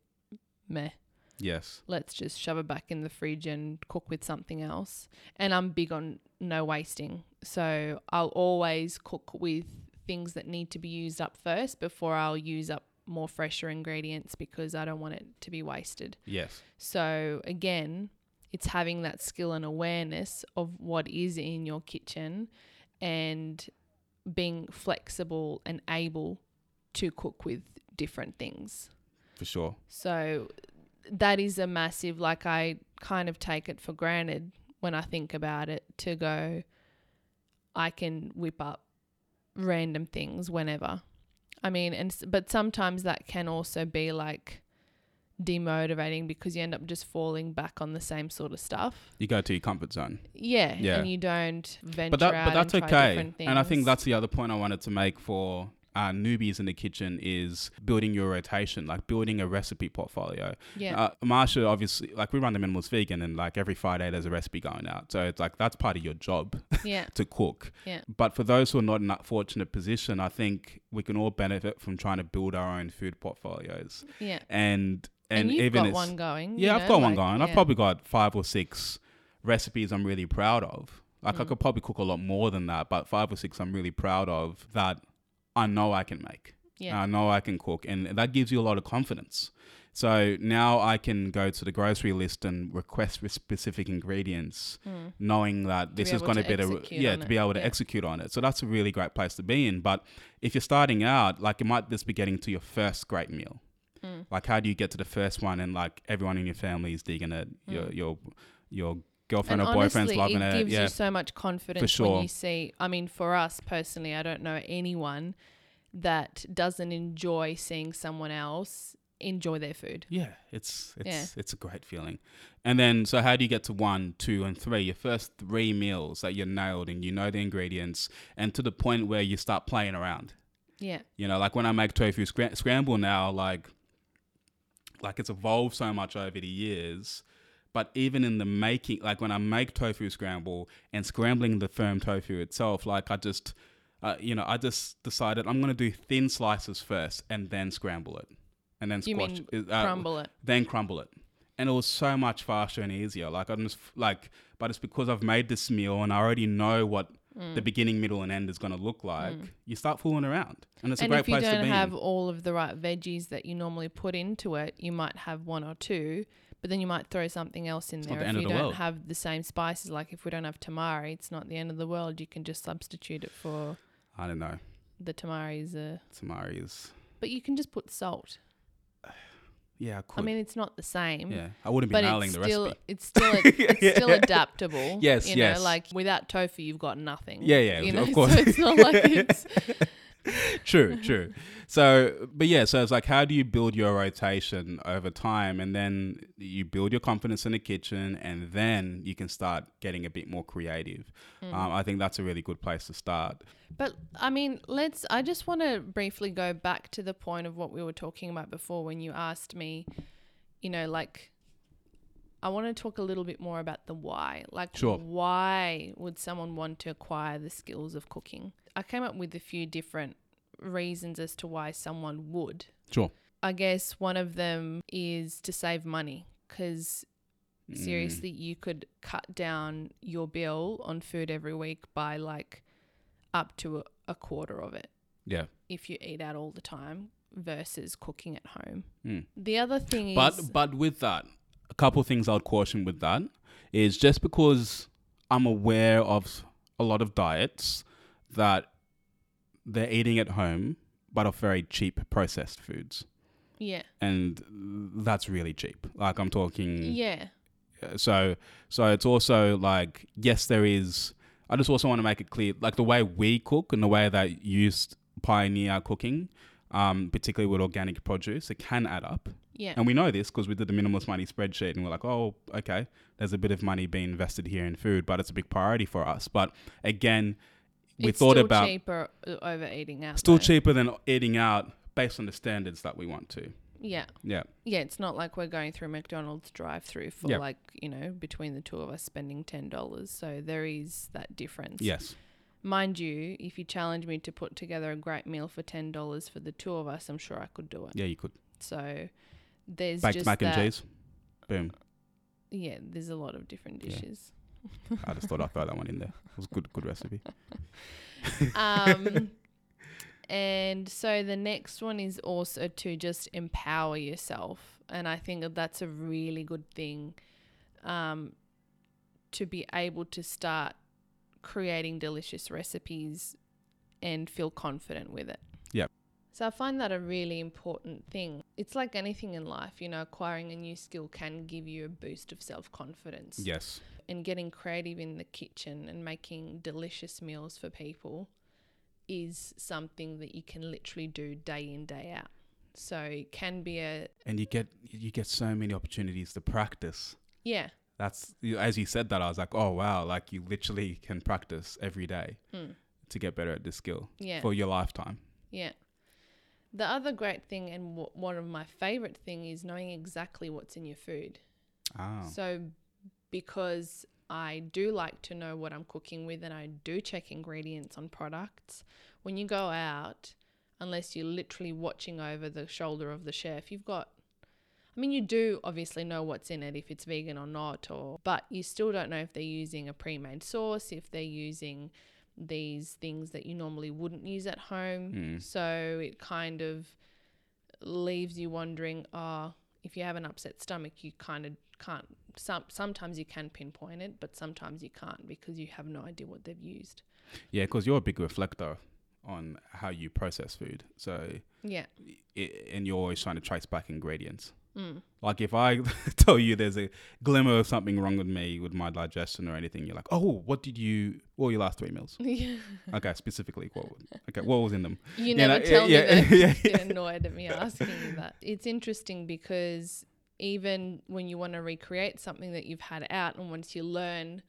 [SPEAKER 2] meh
[SPEAKER 1] Yes.
[SPEAKER 2] let's just shove it back in the fridge and cook with something else and I'm big on no wasting so I'll always cook with things that need to be used up first before I'll use up more fresher ingredients because I don't want it to be wasted
[SPEAKER 1] Yes.
[SPEAKER 2] so again, it's having that skill and awareness of what is in your kitchen and being flexible and able to cook with different things.
[SPEAKER 1] For sure.
[SPEAKER 2] So that is a massive like I kind of take it for granted when I think about it to go I can whip up random things whenever. I mean and s- but sometimes that can also be like demotivating because you end up just falling back on the same sort of stuff.
[SPEAKER 1] You go to your comfort zone.
[SPEAKER 2] Yeah,
[SPEAKER 1] Yeah.
[SPEAKER 2] and you don't venture
[SPEAKER 1] But that
[SPEAKER 2] out
[SPEAKER 1] but that's
[SPEAKER 2] and try
[SPEAKER 1] okay.
[SPEAKER 2] different things.
[SPEAKER 1] And I think that's the other point I wanted to make for uh, newbies in the kitchen is building your rotation, like building a recipe portfolio.
[SPEAKER 2] yeah.
[SPEAKER 1] Uh, Marsha, obviously, like we run the Minimalist Vegan, and like every Friday there's a recipe going out. So it's like that's part of your job
[SPEAKER 2] yeah.
[SPEAKER 1] to cook.
[SPEAKER 2] Yeah.
[SPEAKER 1] But for those who are not in that fortunate position, I think we can all benefit from trying to build our own food portfolios.
[SPEAKER 2] Yeah.
[SPEAKER 1] And <laughs> and,
[SPEAKER 2] And, you've
[SPEAKER 1] even
[SPEAKER 2] got
[SPEAKER 1] it's,
[SPEAKER 2] one going.
[SPEAKER 1] yeah,
[SPEAKER 2] you
[SPEAKER 1] I've
[SPEAKER 2] know,
[SPEAKER 1] got one
[SPEAKER 2] like,
[SPEAKER 1] going. I've
[SPEAKER 2] yeah.
[SPEAKER 1] probably got five or six recipes I'm really proud of. Like I
[SPEAKER 2] Mm.
[SPEAKER 1] could probably cook a lot more than that, but five or six I'm really proud of that I know I can make.
[SPEAKER 2] Yeah.
[SPEAKER 1] I know I can cook, and that gives you a lot of confidence. So now I can go to the grocery list and request re- specific ingredients,
[SPEAKER 2] Mm.
[SPEAKER 1] knowing that
[SPEAKER 2] be
[SPEAKER 1] this is
[SPEAKER 2] able
[SPEAKER 1] going to
[SPEAKER 2] to
[SPEAKER 1] be the
[SPEAKER 2] execute
[SPEAKER 1] yeah
[SPEAKER 2] on
[SPEAKER 1] to
[SPEAKER 2] it,
[SPEAKER 1] be able to
[SPEAKER 2] yeah.
[SPEAKER 1] execute on it. So that's a really great place to be in. But if you're starting out, like you might just be getting to your first great meal.
[SPEAKER 2] Mm.
[SPEAKER 1] Like how do you get to the first one, and like everyone in your family is digging it, your your your girlfriend or boyfriend's
[SPEAKER 2] Hmm. honestly,
[SPEAKER 1] loving
[SPEAKER 2] it
[SPEAKER 1] it.
[SPEAKER 2] gives
[SPEAKER 1] yeah,
[SPEAKER 2] you so much confidence
[SPEAKER 1] sure.
[SPEAKER 2] when you see. I mean, for us personally, I don't know anyone that doesn't enjoy seeing someone else enjoy their food.
[SPEAKER 1] Yeah, it's it's it's a great feeling. And then so how do you get to one, two, and three? Your first three meals that you're nailed and you know the ingredients and to the point where you start playing around.
[SPEAKER 2] Yeah.
[SPEAKER 1] You know, like when I make tofu scram- scramble now, like like it's evolved so much over the years. But even in the making, like when I make tofu scramble and scrambling the firm tofu itself, like I just, uh, you know, I just decided I'm going to do thin slices first and then scramble it, and then
[SPEAKER 2] You
[SPEAKER 1] squash,
[SPEAKER 2] mean
[SPEAKER 1] it- uh,
[SPEAKER 2] crumble it.
[SPEAKER 1] then crumble it. And it was so much faster and easier. Like I'm just like, but it's because I've made this meal and I already know what
[SPEAKER 2] Mm.
[SPEAKER 1] the beginning, middle, and end is going to look like. You start fooling around, and it's
[SPEAKER 2] and
[SPEAKER 1] a great
[SPEAKER 2] if you
[SPEAKER 1] place to
[SPEAKER 2] don't
[SPEAKER 1] be. in.
[SPEAKER 2] have all of the right veggies that you normally put into it, you might have one or two, but then you might throw something else in
[SPEAKER 1] not
[SPEAKER 2] there.
[SPEAKER 1] the
[SPEAKER 2] If
[SPEAKER 1] end
[SPEAKER 2] you
[SPEAKER 1] of the
[SPEAKER 2] don't
[SPEAKER 1] world.
[SPEAKER 2] have the same spices, like if we don't have tamari, it's not the end of the world. You can just substitute it for
[SPEAKER 1] I don't know.
[SPEAKER 2] the tamari's. Uh,
[SPEAKER 1] Tamari is
[SPEAKER 2] but you can just put salt.
[SPEAKER 1] yeah. I could.
[SPEAKER 2] I mean, it's not the same.
[SPEAKER 1] yeah, I wouldn't be
[SPEAKER 2] But
[SPEAKER 1] nailing
[SPEAKER 2] it's
[SPEAKER 1] the
[SPEAKER 2] still,
[SPEAKER 1] recipe.
[SPEAKER 2] it's still
[SPEAKER 1] <laughs>
[SPEAKER 2] it's
[SPEAKER 1] Yeah.
[SPEAKER 2] still
[SPEAKER 1] <laughs>
[SPEAKER 2] adaptable.
[SPEAKER 1] Yes,
[SPEAKER 2] you
[SPEAKER 1] yes.
[SPEAKER 2] know, like without tofu, you've got nothing.
[SPEAKER 1] Yeah, yeah,
[SPEAKER 2] you
[SPEAKER 1] of
[SPEAKER 2] know?
[SPEAKER 1] course.
[SPEAKER 2] <laughs> So it's
[SPEAKER 1] <laughs>
[SPEAKER 2] not like it's
[SPEAKER 1] true,
[SPEAKER 2] <laughs>
[SPEAKER 1] true. So, but yeah, so it's like, how do you build your rotation over time, and then you build your confidence in the kitchen, and then you can start getting a bit more creative.
[SPEAKER 2] Mm.
[SPEAKER 1] Um, I think that's a really good place to start.
[SPEAKER 2] But I mean, let's. I just want to briefly go back to the point of what we were talking about before when you asked me, you know, like, I want to talk a little bit more about the why. Like,
[SPEAKER 1] Sure.
[SPEAKER 2] why would someone want to acquire the skills of cooking? I came up with a few different reasons as to why someone would.
[SPEAKER 1] Sure.
[SPEAKER 2] I guess one of them is to save money because
[SPEAKER 1] Mm.
[SPEAKER 2] seriously, you could cut down your bill on food every week by like up to a, a quarter of it
[SPEAKER 1] Yeah.
[SPEAKER 2] if you eat out all the time versus cooking at home.
[SPEAKER 1] Mm.
[SPEAKER 2] The other thing Hmm. is,
[SPEAKER 1] But but with that, a couple of things I'd caution with that is just because I'm aware of a lot of diets that they're eating at home, but of very cheap processed foods.
[SPEAKER 2] yeah,
[SPEAKER 1] and that's really cheap. Like I'm talking, uh,
[SPEAKER 2] yeah,
[SPEAKER 1] so so it's also like yes, there is. I just also want to make it clear, like the way we cook and the way that you s- pioneer cooking, um, particularly with organic produce, it can add up,
[SPEAKER 2] yeah,
[SPEAKER 1] and we know this because we did the minimalist money spreadsheet, and we're like, oh, okay, there's a bit of money being invested here in food, but it's a big priority for us. But again, we
[SPEAKER 2] it's
[SPEAKER 1] thought
[SPEAKER 2] still
[SPEAKER 1] about
[SPEAKER 2] cheaper uh, overeating out.
[SPEAKER 1] still
[SPEAKER 2] though.
[SPEAKER 1] cheaper than eating out based on the standards that we want to.
[SPEAKER 2] Yeah,
[SPEAKER 1] Yeah,
[SPEAKER 2] yeah. It's not like we're going through McDonald's drive-through for
[SPEAKER 1] Yeah.
[SPEAKER 2] like you know between the two of us spending ten dollars. So there is that difference.
[SPEAKER 1] yes,
[SPEAKER 2] Mind you, if you challenge me to put together a great meal for ten dollars for the two of us, I'm sure I could do it.
[SPEAKER 1] yeah, you could.
[SPEAKER 2] So there's
[SPEAKER 1] baked
[SPEAKER 2] just
[SPEAKER 1] mac and
[SPEAKER 2] that-
[SPEAKER 1] cheese. Boom.
[SPEAKER 2] Yeah, there's a lot of different
[SPEAKER 1] Yeah.
[SPEAKER 2] dishes.
[SPEAKER 1] I just thought I'd throw that one in there. It was a good, good
[SPEAKER 2] <laughs>
[SPEAKER 1] recipe.
[SPEAKER 2] Um, and so the next one is also to just empower yourself. And I think that that's a really good thing um, to be able to start creating delicious recipes and feel confident with it.
[SPEAKER 1] Yep.
[SPEAKER 2] So I find that a really important thing. It's like anything in life, you know, acquiring a new skill can give you a boost of self confidence
[SPEAKER 1] Yes.
[SPEAKER 2] and getting creative in the kitchen and making delicious meals for people is something that you can literally do day in day out. So it can be a
[SPEAKER 1] And you get you get so many opportunities to practice.
[SPEAKER 2] yeah
[SPEAKER 1] That's you- as you said that I was like, oh wow, like you literally can practice every day
[SPEAKER 2] Mm.
[SPEAKER 1] to get better at this skill
[SPEAKER 2] yeah
[SPEAKER 1] for your lifetime.
[SPEAKER 2] yeah. The other great thing and w- one of my favorite thing is knowing exactly what's in your food.
[SPEAKER 1] Ah,
[SPEAKER 2] So because I do like to know what I'm cooking with and I do check ingredients on products, when you go out, unless you're literally watching over the shoulder of the chef, you've got I mean you do obviously know what's in it if it's vegan or not or but you still don't know if they're using a pre-made sauce, if they're using these things that you normally wouldn't use at home.
[SPEAKER 1] Mm.
[SPEAKER 2] So it kind of leaves you wondering, oh, if you have an upset stomach, you kind of can't. Some, sometimes you can pinpoint it, but sometimes you can't because you have no idea what they've used.
[SPEAKER 1] yeah, because you're a big reflector on how you process food. So,
[SPEAKER 2] Yeah. <laughs>
[SPEAKER 1] i and you're always trying to trace back ingredients.
[SPEAKER 2] Mm.
[SPEAKER 1] Like if I <laughs> tell you there's a glimmer of something wrong with me with my digestion or anything, you're like, oh, what did you? Well, your last three
[SPEAKER 2] <laughs>
[SPEAKER 1] meals.
[SPEAKER 2] you
[SPEAKER 1] Okay, specifically, what? Okay, what was in them?
[SPEAKER 2] never
[SPEAKER 1] no,
[SPEAKER 2] tell
[SPEAKER 1] yeah, <laughs>
[SPEAKER 2] me that.
[SPEAKER 1] yeah,
[SPEAKER 2] You just get annoyed at me asking you that. It's interesting because even when you want to recreate something that you've had out, and once you learn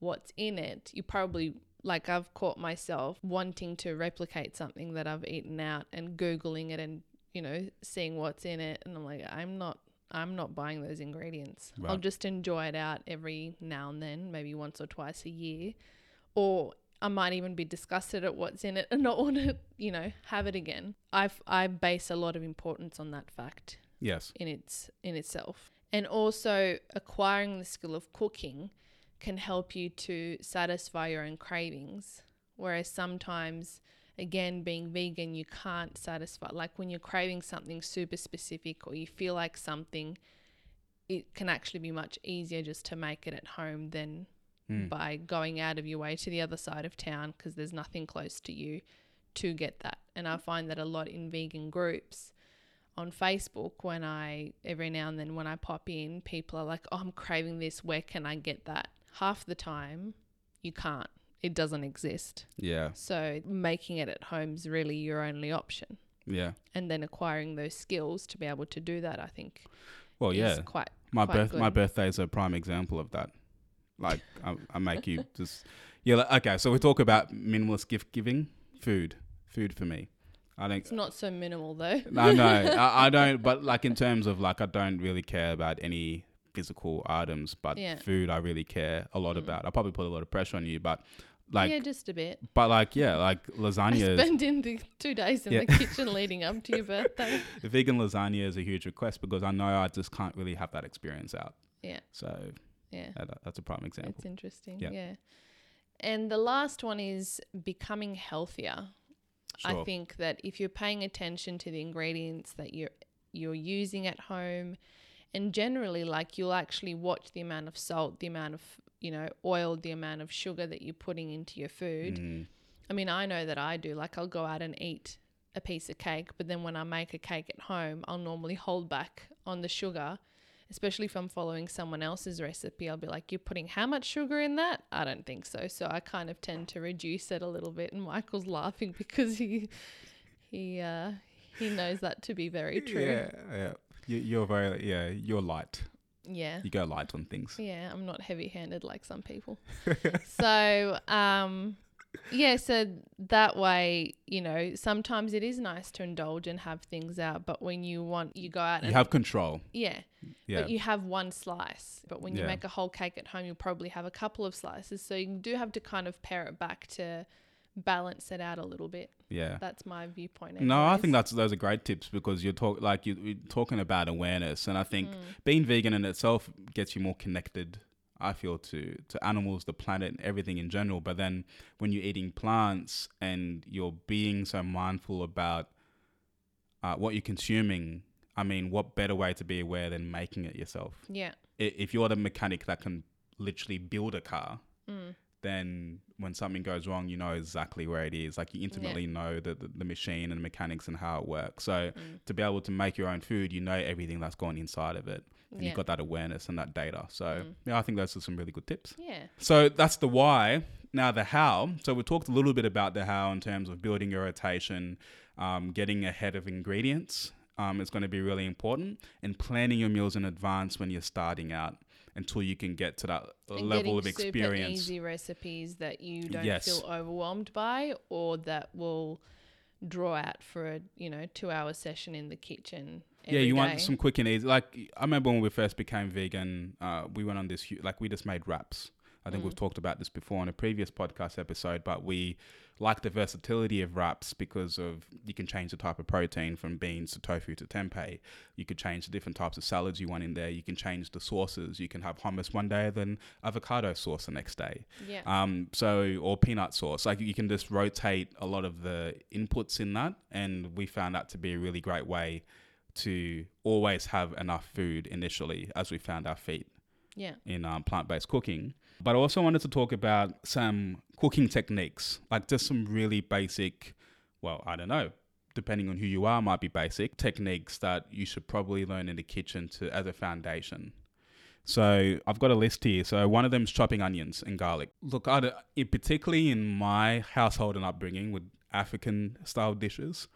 [SPEAKER 2] what's in it, you probably like I've caught myself wanting to replicate something that I've eaten out and googling it and you know seeing what's in it and I'm like I'm not I'm not buying those ingredients. I'll
[SPEAKER 1] Right.
[SPEAKER 2] just enjoy it out every now and then, maybe once or twice a year or I might even be disgusted at what's in it and not <laughs> want to, you know, have it again. I I base a lot of importance on that fact
[SPEAKER 1] Yes.
[SPEAKER 2] in its in itself. And also acquiring the skill of cooking can help you to satisfy your own cravings. Whereas sometimes again being vegan you can't satisfy like when you're craving something super specific or you feel like something it can actually be much easier just to make it at home than
[SPEAKER 1] Mm.
[SPEAKER 2] by going out of your way to the other side of town because there's nothing close to you to get that. And I find that a lot in vegan groups on Facebook when I every now and then when I pop in, people are like, "Oh, I'm craving this. Where can I get that?" Half the time, you can't. It doesn't exist.
[SPEAKER 1] Yeah.
[SPEAKER 2] So making it at home is really your only option.
[SPEAKER 1] Yeah.
[SPEAKER 2] And then acquiring those skills to be able to do that, I think,
[SPEAKER 1] Well,
[SPEAKER 2] is
[SPEAKER 1] Oh, yeah.
[SPEAKER 2] quite
[SPEAKER 1] My
[SPEAKER 2] quite
[SPEAKER 1] birth, my
[SPEAKER 2] good.
[SPEAKER 1] birthday is a prime example of that. Like, I, I make you <laughs> just. Yeah. Like, okay. So we talk about minimalist gift giving. Food. Food for me. I don't.
[SPEAKER 2] it's not so minimal though.
[SPEAKER 1] No, no, I, I don't. But like in terms of like, I don't really care about any physical items, but
[SPEAKER 2] Yeah. Mm.
[SPEAKER 1] food, I really care a lot about. I probably put a lot of pressure on you, but like,
[SPEAKER 2] yeah, just a bit.
[SPEAKER 1] but like, yeah, like lasagna.
[SPEAKER 2] I
[SPEAKER 1] is-
[SPEAKER 2] spent in the two days in
[SPEAKER 1] Yeah.
[SPEAKER 2] the kitchen leading up
[SPEAKER 1] <laughs>
[SPEAKER 2] to your birthday.
[SPEAKER 1] the vegan lasagna is a huge request because I know I just can't really have that experience out.
[SPEAKER 2] Yeah.
[SPEAKER 1] So
[SPEAKER 2] Yeah,
[SPEAKER 1] yeah, that, that's a prime example.
[SPEAKER 2] it's interesting.
[SPEAKER 1] Yeah.
[SPEAKER 2] Yeah. And the last one is becoming healthier. I
[SPEAKER 1] Sure.
[SPEAKER 2] think that if you're paying attention to the ingredients that you're you're using at home and generally like you'll actually watch the amount of salt, the amount of, you know, oil, the amount of sugar that you're putting into your food.
[SPEAKER 1] Mm,
[SPEAKER 2] I mean, I know that I do. Like, I'll go out and eat a piece of cake, but then when I make a cake at home, I'll normally hold back on the sugar, especially if I'm following someone else's recipe. I'll be like, You're putting how much sugar in that? I don't think so. So I kind of tend to reduce it a little bit. And Michael's <laughs> laughing because he, he, uh, he knows that to be very true.
[SPEAKER 1] Yeah, yeah. You, you're very yeah. You're light.
[SPEAKER 2] Yeah.
[SPEAKER 1] You go light on things.
[SPEAKER 2] Yeah, I'm not heavy handed like some
[SPEAKER 1] <laughs>
[SPEAKER 2] people. so, um, yeah, so that way, you know, sometimes it is nice to indulge and have things out, but when you want, you go out and
[SPEAKER 1] You have control.
[SPEAKER 2] yeah,
[SPEAKER 1] Yeah.
[SPEAKER 2] but you have one slice. But when you
[SPEAKER 1] Yeah.
[SPEAKER 2] make a whole cake at home, you'll probably have a couple of slices. So you do have to kind of pare it back to balance it out a little bit.
[SPEAKER 1] yeah.
[SPEAKER 2] That's my viewpoint.
[SPEAKER 1] Uh, No, I
[SPEAKER 2] anyways.
[SPEAKER 1] think that's those are great tips because you're talk like you, you're talking about awareness, and I think
[SPEAKER 2] Mm.
[SPEAKER 1] being vegan in itself gets you more connected. I feel to to animals, the planet, and everything in general. But then when you're eating plants and you're being so mindful about uh, what you're consuming, I mean, what better way to be aware than making it yourself?
[SPEAKER 2] Yeah.
[SPEAKER 1] I- If you're the mechanic that can literally build a car,
[SPEAKER 2] mm,
[SPEAKER 1] then when something goes wrong, you know exactly where it is. Like you intimately know the, the, the machine and mechanics and how it works. So to be able to make your own food, you know everything that's gone inside of it. And
[SPEAKER 2] Yeah.
[SPEAKER 1] you've got that awareness and that data. So yeah, I think those are some really good tips.
[SPEAKER 2] Yeah.
[SPEAKER 1] So that's the why. Now the how. So we talked a little bit about the how in terms of building your rotation, um, getting ahead of ingredients. Um, is going to be really important, and planning your meals in advance when you're starting out, until you can get to that
[SPEAKER 2] and
[SPEAKER 1] level of
[SPEAKER 2] getting super
[SPEAKER 1] experience.
[SPEAKER 2] easy recipes that you don't
[SPEAKER 1] Yes.
[SPEAKER 2] feel overwhelmed by, or that will draw out for a you know two hour session in the kitchen.
[SPEAKER 1] yeah,
[SPEAKER 2] every
[SPEAKER 1] you
[SPEAKER 2] day.
[SPEAKER 1] want some quick and easy. Like I remember when we first became vegan, uh, we went on this hu- like we just made wraps. I think we've
[SPEAKER 2] Mm.
[SPEAKER 1] talked about this before on a previous podcast episode, but we like the versatility of wraps because of you can change the type of protein from beans to tofu to tempeh. You could change the different types of salads you want in there. You can change the sauces. You can have hummus one day, then avocado sauce the next day.
[SPEAKER 2] Yeah.
[SPEAKER 1] Um, so or peanut sauce. Like you can just rotate a lot of the inputs in that, and we found that to be a really great way to always have enough food initially, as we found our feet
[SPEAKER 2] yeah.
[SPEAKER 1] in um, plant-based cooking. But I also wanted to talk about some cooking techniques, like just some really basic. Well, I don't know. Depending on who you are, might be basic techniques that you should probably learn in the kitchen to as a foundation. So I've got a list here. So one of them is chopping onions and garlic. Look, I don't- it, particularly in my household and upbringing with African style dishes,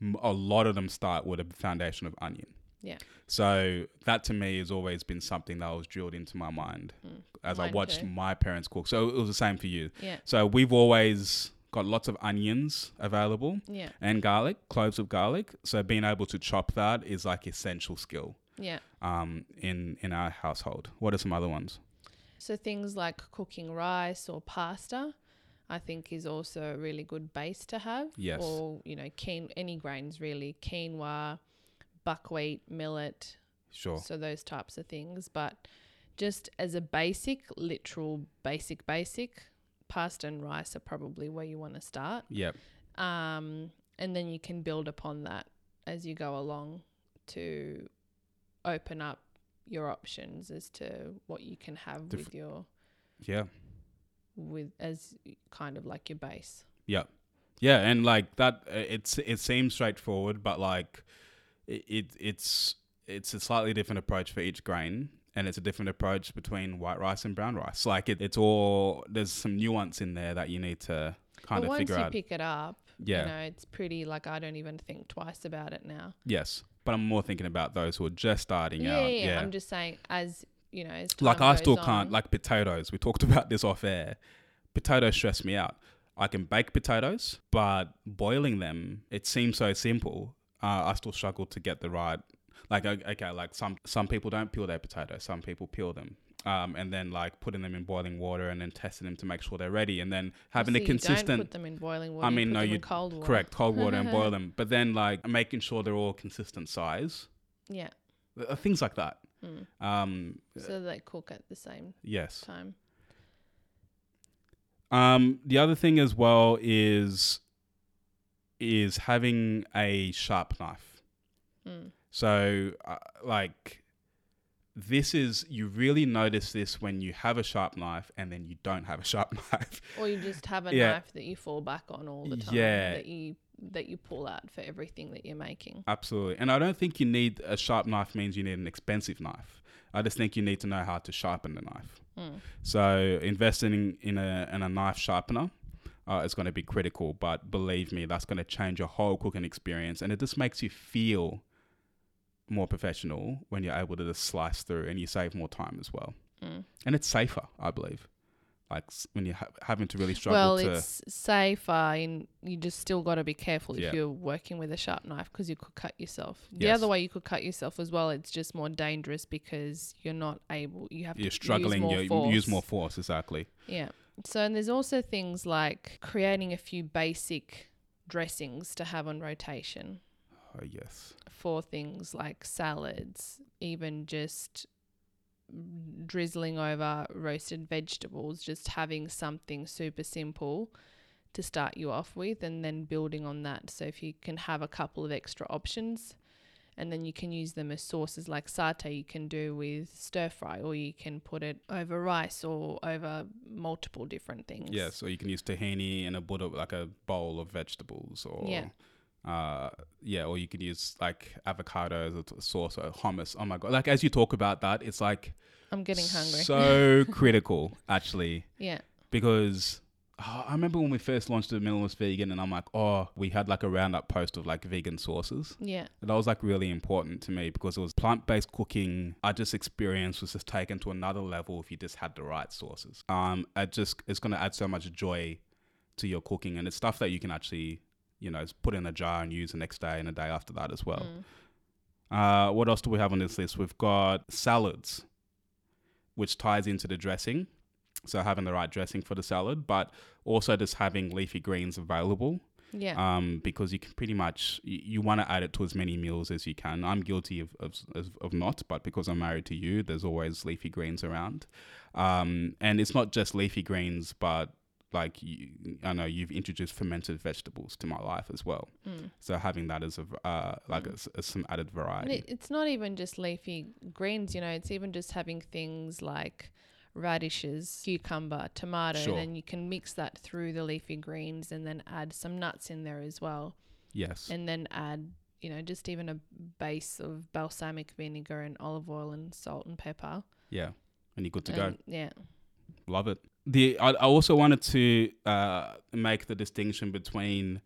[SPEAKER 1] m- a lot of them start with a foundation of onion.
[SPEAKER 2] Yeah.
[SPEAKER 1] So that to me has always been something that was drilled into my mind
[SPEAKER 2] Mm.
[SPEAKER 1] as I
[SPEAKER 2] Mine
[SPEAKER 1] watched
[SPEAKER 2] too.
[SPEAKER 1] my parents cook. So it was the same for you.
[SPEAKER 2] Yeah.
[SPEAKER 1] So we've always got lots of onions available
[SPEAKER 2] Yeah.
[SPEAKER 1] and garlic, cloves of garlic. So being able to chop that is like essential skill
[SPEAKER 2] Yeah.
[SPEAKER 1] um, in in our household. What are some other ones?
[SPEAKER 2] So things like cooking rice or pasta, I think is also a really good base to have.
[SPEAKER 1] Yes.
[SPEAKER 2] Or you know, quinoa, any grains really, quinoa, buckwheat, millet,
[SPEAKER 1] Sure.
[SPEAKER 2] so those types of things. But just as a basic, literal basic basic, pasta and rice are probably where you want to start.
[SPEAKER 1] Yep.
[SPEAKER 2] Um, and then you can build upon that as you go along to open up your options as to what you can have
[SPEAKER 1] Diff-
[SPEAKER 2] with your
[SPEAKER 1] Yeah.
[SPEAKER 2] with as kind of like your base.
[SPEAKER 1] Yep. Yeah, and like that, uh, it's it seems straightforward, but like it, it it's it's a slightly different approach for each grain, and it's a different approach between white rice and brown rice. Like it, it's all there's some nuance in there that you need to kind
[SPEAKER 2] but
[SPEAKER 1] of
[SPEAKER 2] once
[SPEAKER 1] figure
[SPEAKER 2] you
[SPEAKER 1] out.
[SPEAKER 2] pick it up,
[SPEAKER 1] Yeah.
[SPEAKER 2] you know, it's pretty like I don't even think twice about it now.
[SPEAKER 1] Yes, but I'm more thinking about those who are just starting
[SPEAKER 2] Yeah,
[SPEAKER 1] out.
[SPEAKER 2] yeah, yeah. I'm just saying as you know, as
[SPEAKER 1] like
[SPEAKER 2] time
[SPEAKER 1] I still
[SPEAKER 2] goes
[SPEAKER 1] can't
[SPEAKER 2] on-
[SPEAKER 1] like potatoes. We talked <laughs> about this off air. Potatoes stress me out. I can bake potatoes, but boiling them, it seems so simple. Uh, I still struggle to get the right. Like o- okay, like some some people don't peel their potatoes. Some people peel them. Um, and then like putting them in boiling water and then testing them to make sure they're ready and then having
[SPEAKER 2] Oh, so
[SPEAKER 1] a
[SPEAKER 2] you
[SPEAKER 1] consistent
[SPEAKER 2] Don't put them in boiling water.
[SPEAKER 1] I
[SPEAKER 2] you
[SPEAKER 1] mean,
[SPEAKER 2] put
[SPEAKER 1] no,
[SPEAKER 2] them in
[SPEAKER 1] you-
[SPEAKER 2] cold water.
[SPEAKER 1] correct cold water and
[SPEAKER 2] <laughs>
[SPEAKER 1] boil them but then like making sure they're all consistent size
[SPEAKER 2] Yeah.
[SPEAKER 1] Uh, things like that
[SPEAKER 2] Mm.
[SPEAKER 1] um
[SPEAKER 2] So they cook at the same
[SPEAKER 1] yes
[SPEAKER 2] time.
[SPEAKER 1] Um, the other thing as well is is having a sharp knife.
[SPEAKER 2] Mm.
[SPEAKER 1] So, uh, like, this is you really notice this when you have a sharp knife and then you don't have a sharp <laughs> knife.
[SPEAKER 2] Or you just have a
[SPEAKER 1] Yeah.
[SPEAKER 2] knife that you fall back on all the time.
[SPEAKER 1] Yeah.
[SPEAKER 2] That you that you pull out for everything that you're making.
[SPEAKER 1] Absolutely, and I don't think you need a sharp knife means you need an expensive knife. I just think you need to know how to sharpen the knife.
[SPEAKER 2] Mm.
[SPEAKER 1] So, investing in a in a knife sharpener uh, is going to be critical. But believe me, that's going to change your whole cooking experience, and it just makes you feel more professional when you're able to just slice through, and you save more time as well.
[SPEAKER 2] Mm.
[SPEAKER 1] And it's safer, I believe. Like s- when you're ha- having to really struggle
[SPEAKER 2] Well,
[SPEAKER 1] to
[SPEAKER 2] it's safer, and you just still got to be careful
[SPEAKER 1] Yeah.
[SPEAKER 2] if you're working with a sharp knife because you could cut yourself. The
[SPEAKER 1] Yes.
[SPEAKER 2] other way you could cut yourself as well. It's just more dangerous because you're not able. You have
[SPEAKER 1] you're
[SPEAKER 2] to
[SPEAKER 1] struggling.
[SPEAKER 2] Use more
[SPEAKER 1] you
[SPEAKER 2] force.
[SPEAKER 1] use more force, exactly.
[SPEAKER 2] Yeah. So, and there's also things like creating a few basic dressings to have on rotation
[SPEAKER 1] Oh yes,
[SPEAKER 2] for things like salads, even just drizzling over roasted vegetables, just having something super simple to start you off with and then building on that. So, if you can have a couple of extra options and then you can use them as sauces like satay, you can do with stir fry or you can put it over rice or over multiple different things.
[SPEAKER 1] yeah. So you can use tahini in a bowl of, like a bowl of vegetables, or
[SPEAKER 2] Yeah.
[SPEAKER 1] uh, yeah, or you could use like avocado as a t- sauce or hummus. Oh my god! Like as you talk about that, it's like
[SPEAKER 2] I'm getting hungry.
[SPEAKER 1] So critical, actually,
[SPEAKER 2] <laughs> yeah.
[SPEAKER 1] because oh, I remember when we first launched the Minimalist Vegan, and I'm like, oh, we had like a roundup post of like vegan sauces.
[SPEAKER 2] Yeah.
[SPEAKER 1] And that was like really important to me because it was plant based cooking. I just experience was just taken to another level if you just had the right sauces. Um, it just it's gonna add so much joy to your cooking, and it's stuff that you can actually you know put in a jar and use the next day and the day after that as well.
[SPEAKER 2] Mm.
[SPEAKER 1] Uh, what else do we have on this list? We've got salads, which ties into the dressing. So having the right dressing for the salad, but also just having leafy greens available
[SPEAKER 2] Yeah.
[SPEAKER 1] um, because you can pretty much you, you want to add it to as many meals as you can. I'm guilty of, of of of not, but because I'm married to you, there's always leafy greens around, um, and it's not just leafy greens, but like you, I know you've introduced fermented vegetables to my life as well.
[SPEAKER 2] Mm.
[SPEAKER 1] So having that as a v- uh, like as, as some added
[SPEAKER 2] And
[SPEAKER 1] variety.
[SPEAKER 2] it, it's not even just leafy greens, you know, it's even just having things like radishes, cucumber, tomato,
[SPEAKER 1] Sure.
[SPEAKER 2] and then you can mix that through the leafy greens and then add some nuts in there as well.
[SPEAKER 1] yes.
[SPEAKER 2] And then add, you know, just even a base of balsamic vinegar and olive oil and salt and pepper.
[SPEAKER 1] yeah. And you're good to go.
[SPEAKER 2] And, Yeah.
[SPEAKER 1] Love it. The I, I also wanted to uh, make the distinction between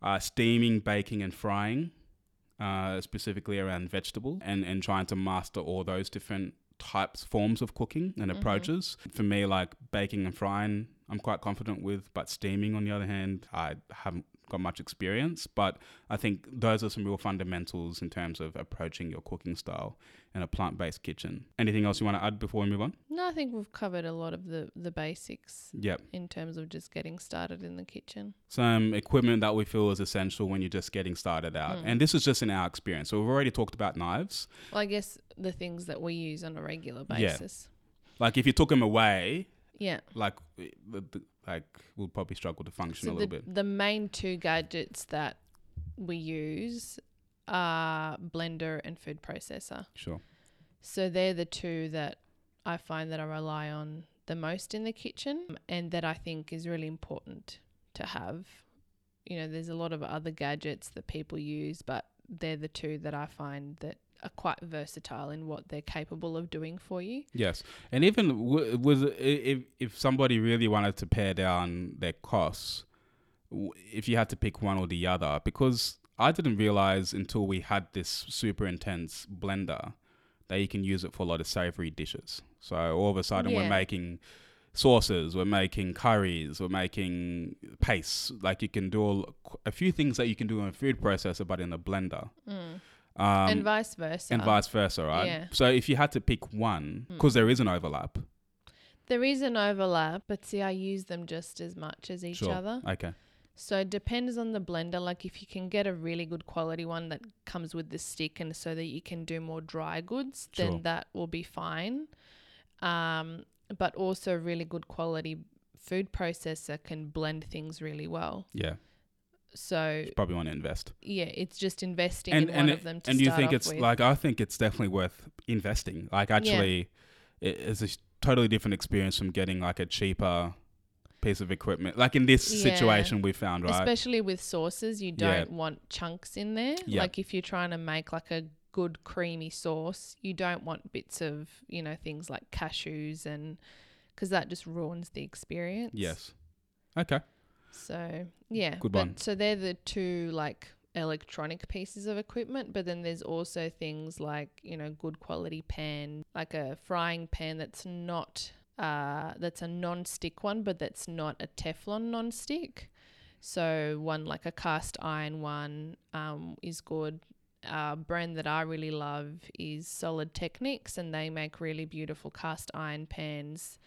[SPEAKER 1] uh, steaming, baking, and frying uh, specifically around vegetable and, and trying to master all those different types, forms of cooking and
[SPEAKER 2] Mhm.
[SPEAKER 1] approaches. For me, like baking and frying, I'm quite confident with, but steaming, on the other hand, I haven't got much experience. But I think those are some real fundamentals in terms of approaching your cooking style in a plant based kitchen. Anything else you want to add before we move on?
[SPEAKER 2] No, I think we've covered a lot of the, the basics
[SPEAKER 1] Yep.
[SPEAKER 2] in terms of just getting started in the kitchen.
[SPEAKER 1] some equipment that we feel is essential when you're just getting started out.
[SPEAKER 2] Mm.
[SPEAKER 1] And this is just in our experience. So we've already talked about knives.
[SPEAKER 2] Well, I guess the things that we use on a regular
[SPEAKER 1] Yeah.
[SPEAKER 2] basis.
[SPEAKER 1] Like if you took them away,
[SPEAKER 2] Yeah.
[SPEAKER 1] like the- the- like we'll probably struggle to function
[SPEAKER 2] So
[SPEAKER 1] a
[SPEAKER 2] the,
[SPEAKER 1] little bit.
[SPEAKER 2] the main two gadgets that we use are blender and food processor.
[SPEAKER 1] Sure.
[SPEAKER 2] So they're the two that I find that I rely on the most in the kitchen and that I think is really important to have. You know, there's a lot of other gadgets that people use, but they're the two that I find that are quite versatile in what they're capable of doing for you.
[SPEAKER 1] Yes. And even w- was i- if if somebody really wanted to pare down their costs, w- if you had to pick one or the other, because I didn't realize until we had this super intense blender that you can use it for a lot of savory dishes. So all of a sudden we're
[SPEAKER 2] Yeah.
[SPEAKER 1] making sauces, we're making curries, we're making pastes. Like you can do all, a few things that you can do in a food processor, but in a blender.
[SPEAKER 2] Mm.
[SPEAKER 1] Um,
[SPEAKER 2] and vice versa.
[SPEAKER 1] and vice versa, right?
[SPEAKER 2] uh, Yeah. Hmm.
[SPEAKER 1] So if you had to pick one, because there is an overlap.
[SPEAKER 2] there is an overlap, but see, I use them just as much as each
[SPEAKER 1] Sure.
[SPEAKER 2] other.
[SPEAKER 1] Okay.
[SPEAKER 2] So it depends on the blender. Like if you can get a really good quality one that comes with the stick and so that you can do more dry goods,
[SPEAKER 1] Sure.
[SPEAKER 2] then that will be fine. Um, but also really good quality food processor can blend things really well.
[SPEAKER 1] Yeah.
[SPEAKER 2] So
[SPEAKER 1] You probably want to invest.
[SPEAKER 2] yeah, it's just investing
[SPEAKER 1] And
[SPEAKER 2] in
[SPEAKER 1] and
[SPEAKER 2] one
[SPEAKER 1] it-
[SPEAKER 2] of them to
[SPEAKER 1] and you
[SPEAKER 2] start
[SPEAKER 1] think
[SPEAKER 2] off
[SPEAKER 1] it's
[SPEAKER 2] with.
[SPEAKER 1] like I think it's definitely worth investing. Like actually, it is a sh- totally different experience from getting like a cheaper piece of equipment. Like in this
[SPEAKER 2] Yeah.
[SPEAKER 1] situation we found, right?
[SPEAKER 2] Especially with sauces, you
[SPEAKER 1] Yeah.
[SPEAKER 2] don't want chunks in there.
[SPEAKER 1] Yeah.
[SPEAKER 2] Like if you're trying to make like a good creamy sauce, you don't want bits of, you know, things like cashews and because that just ruins the experience.
[SPEAKER 1] yes. Okay.
[SPEAKER 2] So, yeah.
[SPEAKER 1] Good
[SPEAKER 2] but,
[SPEAKER 1] one.
[SPEAKER 2] So they're the two like electronic pieces of equipment, but then there's also things like, you know, good quality pan, like a frying pan that's not uh that's a non-stick one, but that's not a Teflon non-stick. So one like a cast iron one um is good. A uh, brand that I really love is Solid Techniques, and they make really beautiful cast iron pans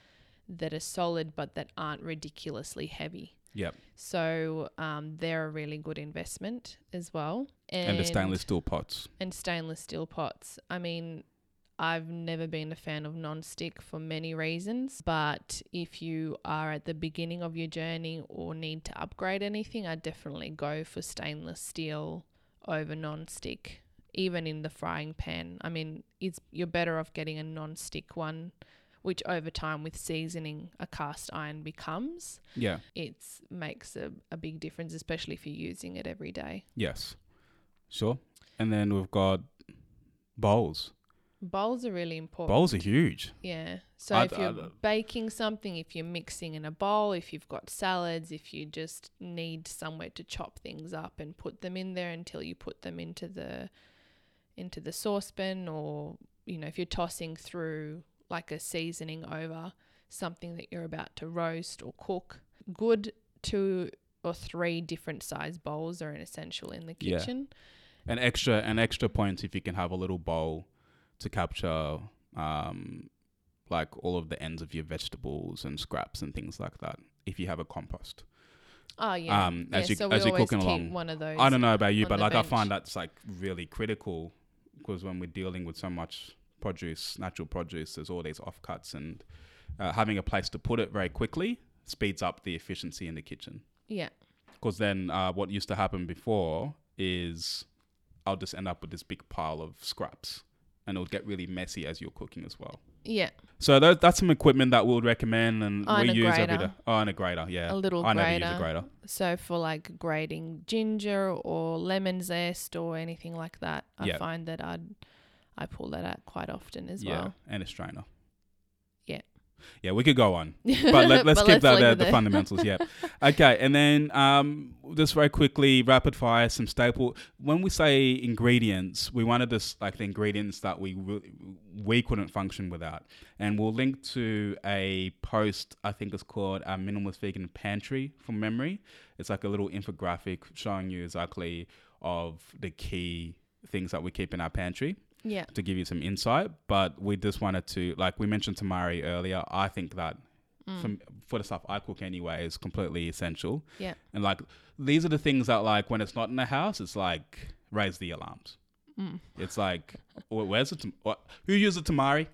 [SPEAKER 2] that are solid but that aren't ridiculously heavy.
[SPEAKER 1] Yep.
[SPEAKER 2] So um, they're a really good investment as well. And,
[SPEAKER 1] And, the stainless steel pots.
[SPEAKER 2] and stainless steel pots. I mean, I've never been a fan of non-stick for many reasons, but if you are at the beginning of your journey or need to upgrade anything, I definitely go for stainless steel over non-stick, even in the frying pan. I mean, it's you're better off getting a non-stick one, which over time with seasoning a cast iron becomes
[SPEAKER 1] Yeah.
[SPEAKER 2] it makes a, a big difference, especially if you're using it every day.
[SPEAKER 1] Yes. Sure. And then we've got bowls.
[SPEAKER 2] Bowls are really important.
[SPEAKER 1] Bowls are huge.
[SPEAKER 2] Yeah. So
[SPEAKER 1] I'd-
[SPEAKER 2] if you're
[SPEAKER 1] I'd-
[SPEAKER 2] baking something, if you're mixing in a bowl, if you've got salads, if you just need somewhere to chop things up and put them in there until you put them into the into the saucepan or you know, if you're tossing through like a seasoning over something that you're about to roast or cook, good two or three different size bowls are an essential in the
[SPEAKER 1] Yeah.
[SPEAKER 2] kitchen.
[SPEAKER 1] an extra an extra point if you can have a little bowl to capture um like all of the ends of your vegetables and scraps and things like that if you have a compost
[SPEAKER 2] Oh yeah.
[SPEAKER 1] um as
[SPEAKER 2] yeah,
[SPEAKER 1] you
[SPEAKER 2] so we
[SPEAKER 1] as you're
[SPEAKER 2] always
[SPEAKER 1] cooking
[SPEAKER 2] keep
[SPEAKER 1] along
[SPEAKER 2] one of those.
[SPEAKER 1] i don't know about you
[SPEAKER 2] on
[SPEAKER 1] but
[SPEAKER 2] the
[SPEAKER 1] like i
[SPEAKER 2] bench.
[SPEAKER 1] find that's like really critical because when we're dealing with so much produce natural produce there's all these offcuts and uh, having a place to put it very quickly speeds up the efficiency in the kitchen
[SPEAKER 2] Yeah.
[SPEAKER 1] because then uh, what used to happen before is I'll just end up with this big pile of scraps and it'll get really messy as you're cooking as well.
[SPEAKER 2] Yeah.
[SPEAKER 1] So tho- that's some equipment that we would recommend and
[SPEAKER 2] Oh,
[SPEAKER 1] we
[SPEAKER 2] and a
[SPEAKER 1] use every
[SPEAKER 2] grater.
[SPEAKER 1] day. Oh, and a grater, yeah.
[SPEAKER 2] A little
[SPEAKER 1] I never use a
[SPEAKER 2] grater.
[SPEAKER 1] grater.
[SPEAKER 2] So for like grating ginger or lemon zest or anything like that, I
[SPEAKER 1] Yeah.
[SPEAKER 2] find that I'd I pull that out quite often as
[SPEAKER 1] yeah,
[SPEAKER 2] well.
[SPEAKER 1] and a strainer.
[SPEAKER 2] Yeah.
[SPEAKER 1] Yeah, we could go on, <laughs> but let, us
[SPEAKER 2] But
[SPEAKER 1] keep
[SPEAKER 2] let's
[SPEAKER 1] that
[SPEAKER 2] leave
[SPEAKER 1] uh,
[SPEAKER 2] it
[SPEAKER 1] the
[SPEAKER 2] there.
[SPEAKER 1] fundamentals. Yeah. Okay, and then um, just very quickly, rapid fire, some staple. When we say ingredients, we wanted this like the ingredients that we re- we couldn't function without, and we'll link to a post. I think it's called uh, "Minimalist Vegan Pantry" from memory. It's like a little infographic showing you exactly of the key things that we keep in our pantry
[SPEAKER 2] <laughs> Yeah.
[SPEAKER 1] to give you some insight, but we just wanted to, like we mentioned to Mari earlier, I think that
[SPEAKER 2] mm,
[SPEAKER 1] from, for the stuff I cook anyway is completely essential.
[SPEAKER 2] Yeah.
[SPEAKER 1] And like these are the things that, like, when it's not in the house, it's like raise the alarms.
[SPEAKER 2] Mm.
[SPEAKER 1] It's like, wh- where's the tam- what, who uses tamari?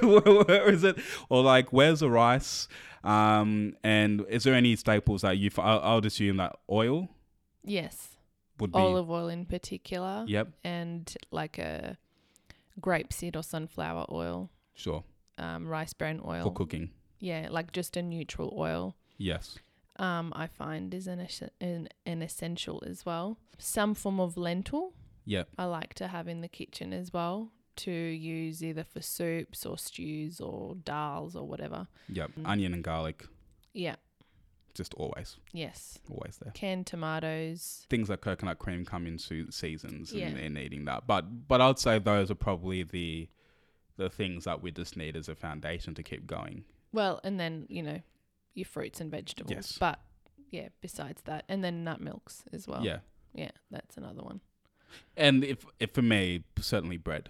[SPEAKER 1] <laughs> where, where is it? Or like, where's the rice? Um, and is there any staples that you? f- I'll, I'll just assume that oil
[SPEAKER 2] Yes.
[SPEAKER 1] would be.
[SPEAKER 2] Olive oil in particular.
[SPEAKER 1] Yep,
[SPEAKER 2] And like a grapeseed or sunflower oil,
[SPEAKER 1] sure.
[SPEAKER 2] um, rice bran oil.
[SPEAKER 1] For cooking,
[SPEAKER 2] Yeah, like just a neutral oil.
[SPEAKER 1] yes.
[SPEAKER 2] Um, I find is an, es- an an essential as well. Some form of lentil.
[SPEAKER 1] Yep.
[SPEAKER 2] I like to have in the kitchen as well to use either for soups or stews or dals or whatever.
[SPEAKER 1] Yep.
[SPEAKER 2] Mm.
[SPEAKER 1] Onion and garlic,
[SPEAKER 2] Yeah.
[SPEAKER 1] just always,
[SPEAKER 2] Yes.
[SPEAKER 1] always there.
[SPEAKER 2] Canned tomatoes.
[SPEAKER 1] things like coconut cream come into seasons and,
[SPEAKER 2] Yeah.
[SPEAKER 1] and eating that. But but I'd say those are probably the the things that we just need as a foundation to keep going.
[SPEAKER 2] Well, and then you know your fruits and vegetables.
[SPEAKER 1] Yes.
[SPEAKER 2] But yeah, besides that, and then nut milks as well.
[SPEAKER 1] Yeah.
[SPEAKER 2] Yeah, that's another one.
[SPEAKER 1] And if, if for me, certainly bread.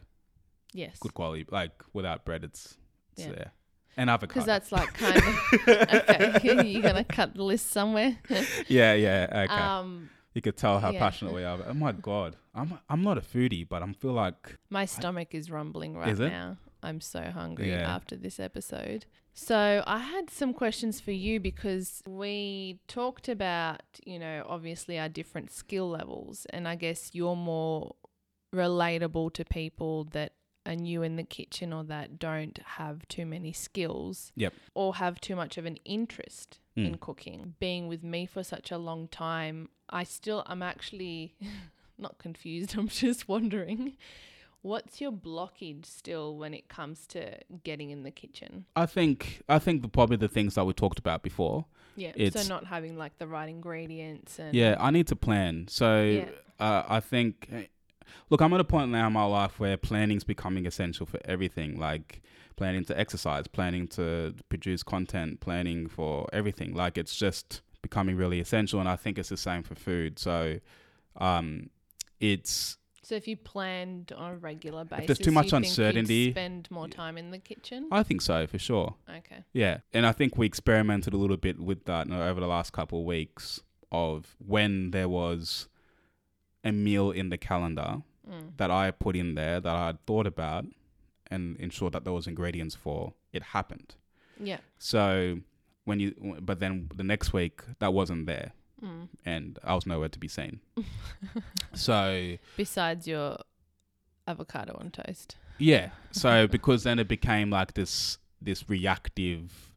[SPEAKER 2] Yes.
[SPEAKER 1] Good quality. Like without bread it's it's
[SPEAKER 2] Yeah.
[SPEAKER 1] there. And avocado.
[SPEAKER 2] Because that's <laughs> like kind of okay. <laughs> You're gonna cut the list somewhere.
[SPEAKER 1] <laughs> yeah, yeah. Okay.
[SPEAKER 2] Um,
[SPEAKER 1] you could tell how
[SPEAKER 2] yeah.
[SPEAKER 1] passionate we are. Oh my god. I'm I'm not a foodie, but I feel like
[SPEAKER 2] my stomach is rumbling right
[SPEAKER 1] Is it?
[SPEAKER 2] now. I'm so hungry
[SPEAKER 1] Yeah.
[SPEAKER 2] after this episode. So I had some questions for you because we talked about, you know, obviously our different skill levels, and I guess you're more relatable to people that are new in the kitchen or that don't have too many skills
[SPEAKER 1] Yep.
[SPEAKER 2] or have too much of an interest
[SPEAKER 1] Mm.
[SPEAKER 2] in cooking. Being with me for such a long time, I still I'm actually <laughs> not confused, I'm just wondering what's your blockage still when it comes to getting in the kitchen?
[SPEAKER 1] I think I think the, probably the things that we talked about before.
[SPEAKER 2] Yeah.
[SPEAKER 1] It's-
[SPEAKER 2] so not having like the right ingredients and
[SPEAKER 1] Yeah, I need to plan. So
[SPEAKER 2] Yeah.
[SPEAKER 1] uh, I think, look, I'm at a point now in my life where planning's becoming essential for everything. Like planning to exercise, planning to produce content, planning for everything. Like it's just becoming really essential, and I think it's the same for food. So, um, it's
[SPEAKER 2] so if you planned on a regular basis,
[SPEAKER 1] there's too much
[SPEAKER 2] you think you'd
[SPEAKER 1] uncertainty-
[SPEAKER 2] spend more time in the kitchen.
[SPEAKER 1] I think so for sure.
[SPEAKER 2] okay.
[SPEAKER 1] Yeah, and I think we experimented a little bit with that you know, over the last couple of weeks of when there was a meal in the calendar
[SPEAKER 2] Mm.
[SPEAKER 1] that I put in there that I had thought about and ensured that there was ingredients for it happened.
[SPEAKER 2] Yeah.
[SPEAKER 1] So when you but then the next week that wasn't there
[SPEAKER 2] Mm. <laughs>
[SPEAKER 1] and I was nowhere to be seen. so
[SPEAKER 2] Besides your avocado on toast.
[SPEAKER 1] yeah, so because then it became like this this reactive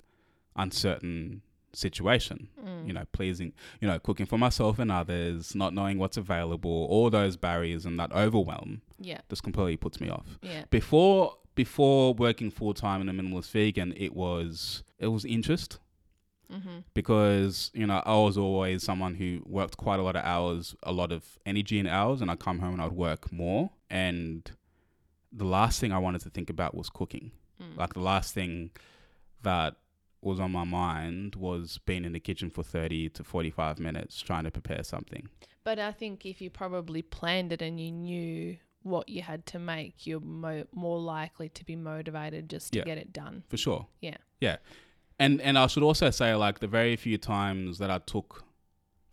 [SPEAKER 1] uncertain situation.
[SPEAKER 2] Mm.
[SPEAKER 1] You know, pleasing, you know, cooking for myself and others, not knowing what's available, all those barriers and that overwhelm
[SPEAKER 2] Yeah.
[SPEAKER 1] just completely puts me off.
[SPEAKER 2] Yeah.
[SPEAKER 1] before before working full time in a minimalist vegan, it was it was interest
[SPEAKER 2] Mm-hmm.
[SPEAKER 1] because you know I was always someone who worked quite a lot of hours, a lot of energy in hours, and I come home and I'd work more. And the last thing I wanted to think about was cooking.
[SPEAKER 2] Mm.
[SPEAKER 1] Like the last thing that was on my mind was being in the kitchen for 30 to 45 minutes trying to prepare something.
[SPEAKER 2] But I think if you probably planned it and you knew what you had to make, you're mo- more likely to be motivated just to
[SPEAKER 1] Yeah.
[SPEAKER 2] get it done.
[SPEAKER 1] for sure.
[SPEAKER 2] Yeah.
[SPEAKER 1] Yeah. And and I should also say like the very few times that I took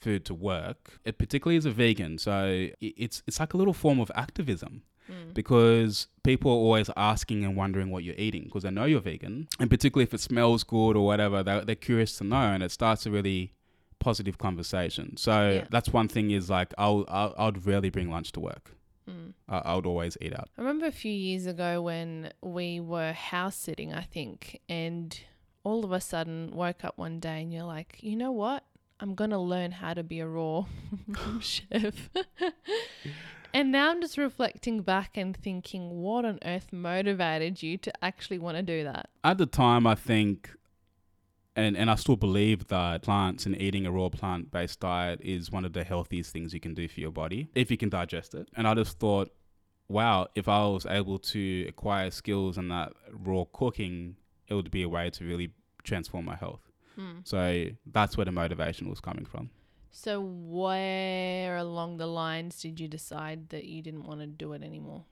[SPEAKER 1] food to work, it particularly as a vegan, so i- it's it's like a little form of activism
[SPEAKER 2] Mm.
[SPEAKER 1] because people are always asking and wondering what you're eating because they know you're vegan, and particularly if it smells good or whatever, they they're curious to know, and it starts a really positive conversation. So
[SPEAKER 2] Yeah.
[SPEAKER 1] that's one thing is like I'll, I'll I'd rarely bring lunch to work.
[SPEAKER 2] Mm.
[SPEAKER 1] I, I would always eat out.
[SPEAKER 2] I remember a few years ago when we were house sitting, I think, and all of a sudden woke up one day and you're like, you know <laughs> what? I'm going to learn how to be a raw chef. <laughs> And now I'm just reflecting back and thinking, what on earth motivated you to actually want to do that?
[SPEAKER 1] At the time, I think, and, and I still believe that plants and eating a raw plant based diet is one of the healthiest things you can do for your body if you can digest it. And I just thought, wow, if I was able to acquire skills in that raw cooking, it would be a way to really transform my health. So that's where the motivation was coming from.
[SPEAKER 2] So, where along the lines did you decide that you didn't want to do it anymore?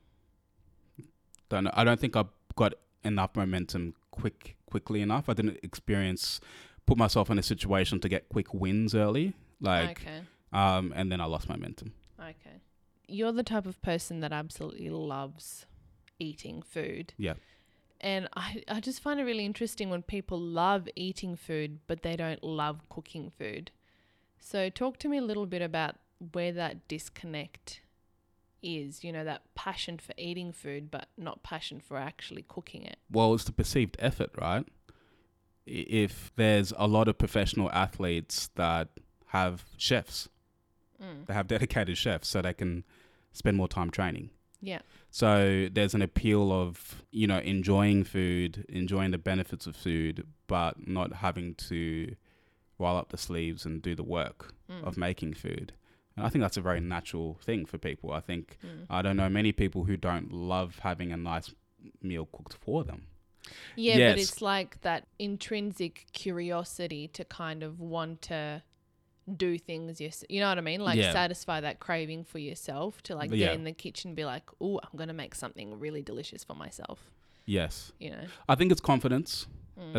[SPEAKER 1] Don't know, I don't think I got enough momentum quick quickly enough. I didn't experience put myself in a situation to get quick wins early, like
[SPEAKER 2] okay.
[SPEAKER 1] um, and then I lost momentum.
[SPEAKER 2] Okay. You're the type of person that absolutely loves eating food.
[SPEAKER 1] Yeah.
[SPEAKER 2] And I, I just find it really interesting when people love eating food, but they don't love cooking food. So, talk to me a little bit about where that disconnect is, you know, that passion for eating food, but not passion for actually cooking it.
[SPEAKER 1] Well, it's the perceived effort, right? I- If there's a lot of professional athletes that have chefs,
[SPEAKER 2] Mm.
[SPEAKER 1] they have <laughs> dedicated chefs, so they can spend more time training.
[SPEAKER 2] Yeah.
[SPEAKER 1] So there's an appeal of, you know, enjoying food, enjoying the benefits of food, but not having to roll up the sleeves and do the work
[SPEAKER 2] Mm.
[SPEAKER 1] of making food. And I think that's a very natural thing for people. I think
[SPEAKER 2] Mm.
[SPEAKER 1] I don't know many people who don't love having a nice meal cooked for them.
[SPEAKER 2] Yeah, but
[SPEAKER 1] Yes.
[SPEAKER 2] it's like that intrinsic curiosity to kind of want to do things. Yes, you know what I mean. Like
[SPEAKER 1] Yeah.
[SPEAKER 2] satisfy that craving for yourself to like
[SPEAKER 1] Yeah.
[SPEAKER 2] get in the kitchen, and be like, "Oh, I'm gonna make something really delicious for myself."
[SPEAKER 1] Yes.
[SPEAKER 2] You know.
[SPEAKER 1] I think it's confidence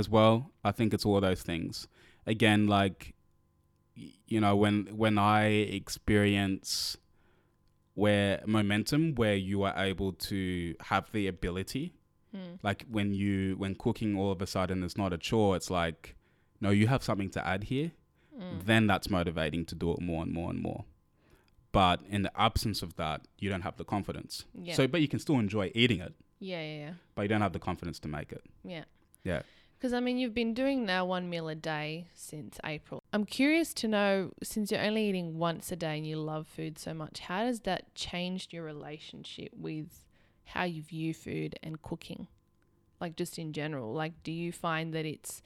[SPEAKER 1] as well. I think it's all of those things. Again, like y- you know, when when I experience where momentum, where you are able to have the ability,
[SPEAKER 2] Hmm,
[SPEAKER 1] like when you when cooking, all of a sudden it's not a chore. It's like, no, you have something to add here.
[SPEAKER 2] hmm. Mm.
[SPEAKER 1] Then that's motivating to do it more and more and more. But in the absence of that, you don't have the confidence.
[SPEAKER 2] Yeah.
[SPEAKER 1] So, but you can still enjoy eating it,
[SPEAKER 2] Yeah, yeah,
[SPEAKER 1] but you don't have the confidence to make it.
[SPEAKER 2] yeah. yeah.
[SPEAKER 1] Yeah.
[SPEAKER 2] Because I mean, you've been doing now one meal a day since April. I'm curious to know, since you're only eating once a day and you love food so much, how has that changed your relationship with how you view food and cooking? Like, just in general, like, do you find that it's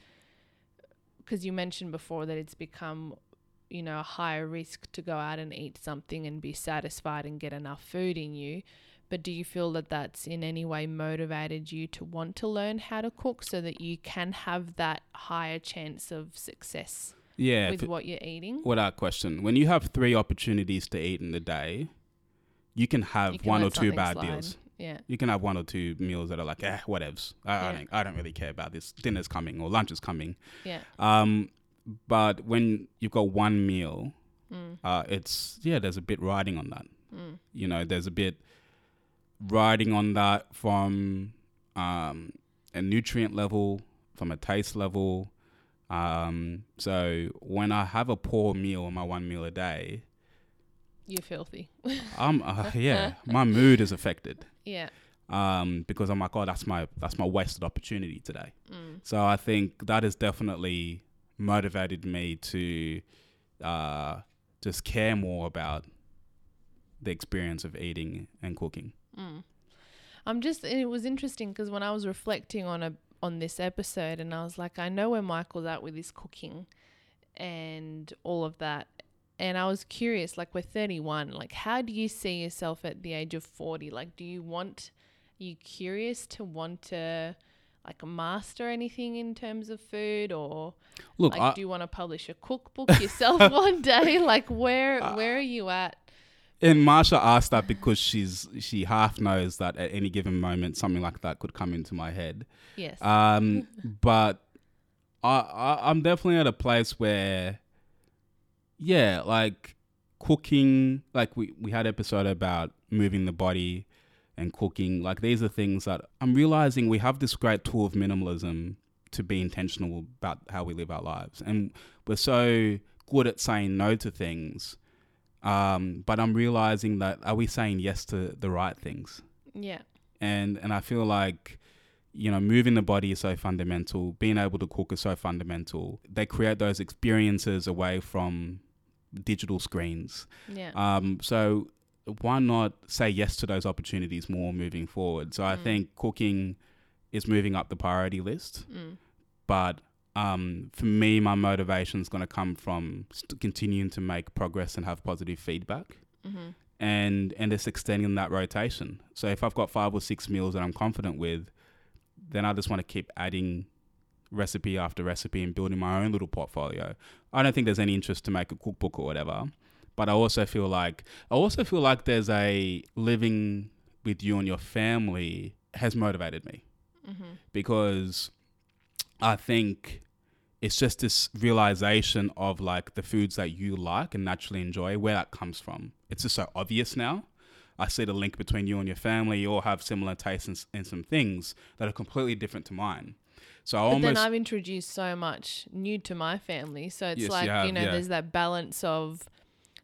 [SPEAKER 2] because you mentioned before that it's become, you know, a higher risk to go out and eat something and be satisfied and get enough food in you? But do you feel that that's in any way motivated you to want to learn how to cook so that you can have that higher chance of success
[SPEAKER 1] Yeah.
[SPEAKER 2] with
[SPEAKER 1] if-
[SPEAKER 2] what you're eating?
[SPEAKER 1] without question, when you have three opportunities to eat in the day, you can have
[SPEAKER 2] You can
[SPEAKER 1] one
[SPEAKER 2] let
[SPEAKER 1] or two
[SPEAKER 2] something
[SPEAKER 1] bad
[SPEAKER 2] slide.
[SPEAKER 1] deals.
[SPEAKER 2] Yeah.
[SPEAKER 1] You can have one or two meals that are like, eh, whatevs. I, I
[SPEAKER 2] Yeah.
[SPEAKER 1] don't, I don't really care about this. Dinner's coming or lunch is coming.
[SPEAKER 2] Yeah.
[SPEAKER 1] Um, but when you've got one meal,
[SPEAKER 2] Mm.
[SPEAKER 1] uh, it's yeah, there's a bit riding on that. You know, there's a bit riding on that from um, a nutrient level, from a taste level. Um, so when I have a poor meal, my one meal a day,
[SPEAKER 2] You're filthy. <laughs>
[SPEAKER 1] I'm uh, yeah, my mood is affected
[SPEAKER 2] yeah.
[SPEAKER 1] um, because I'm like, oh, that's my that's my wasted opportunity today.
[SPEAKER 2] Mm.
[SPEAKER 1] So I think that has definitely motivated me to uh, just care more about the experience of eating and cooking.
[SPEAKER 2] I'm just. It was interesting because when I was reflecting on a on this episode, and I was like, I know where Michael's at with his cooking, and all of that. And I was curious, like we're 31, like how do you see yourself at the age of 40? Like, do you want, are you curious to want to like master anything in terms of food or
[SPEAKER 1] Look,
[SPEAKER 2] like
[SPEAKER 1] I,
[SPEAKER 2] do you want to publish a cookbook
[SPEAKER 1] <laughs>
[SPEAKER 2] yourself one day? Like where,
[SPEAKER 1] Uh,
[SPEAKER 2] where are you at?
[SPEAKER 1] and Marsha asked that because she's she half knows that at any given moment something like that could come into my head.
[SPEAKER 2] Yes.
[SPEAKER 1] Um, but I, I I'm definitely at a place where, yeah, like cooking. Like we we had episode about moving the body and cooking. Like these are things that I'm realizing we have this great tool of minimalism to be intentional about how we live our lives, and we're so good at saying no to things. Um, but I'm realizing that are we saying yes to the right things?
[SPEAKER 2] yeah.
[SPEAKER 1] and and I feel like you know moving the body is so fundamental being able to cook is so fundamental they create those experiences away from digital screens
[SPEAKER 2] Yeah.
[SPEAKER 1] um so why not say yes to those opportunities more moving forward? So I
[SPEAKER 2] Mm.
[SPEAKER 1] think cooking is moving up the priority list,
[SPEAKER 2] Mm.
[SPEAKER 1] but um, for me, my motivation is going to come from st- continuing to make progress and have positive feedback,
[SPEAKER 2] Mm-hmm.
[SPEAKER 1] and and just extending that rotation. So if I've got five or six meals that I'm confident with, then I just want to keep adding recipe after recipe and building my own little portfolio. I don't think there's any interest to make a cookbook or whatever, but I also feel like I also feel like there's a living with you and your family has motivated me
[SPEAKER 2] Mm-hmm.
[SPEAKER 1] because I think it's just this realization of like the foods that you like and naturally enjoy, where that comes from. It's just so obvious now. I see the link between you and your family. You all have similar tastes in, s- in some things that are completely different to mine. So I
[SPEAKER 2] But
[SPEAKER 1] almost
[SPEAKER 2] then I've introduced so much new to my family. So it's
[SPEAKER 1] Yes, you
[SPEAKER 2] like, you,
[SPEAKER 1] have,
[SPEAKER 2] know,
[SPEAKER 1] yeah.
[SPEAKER 2] there's that balance of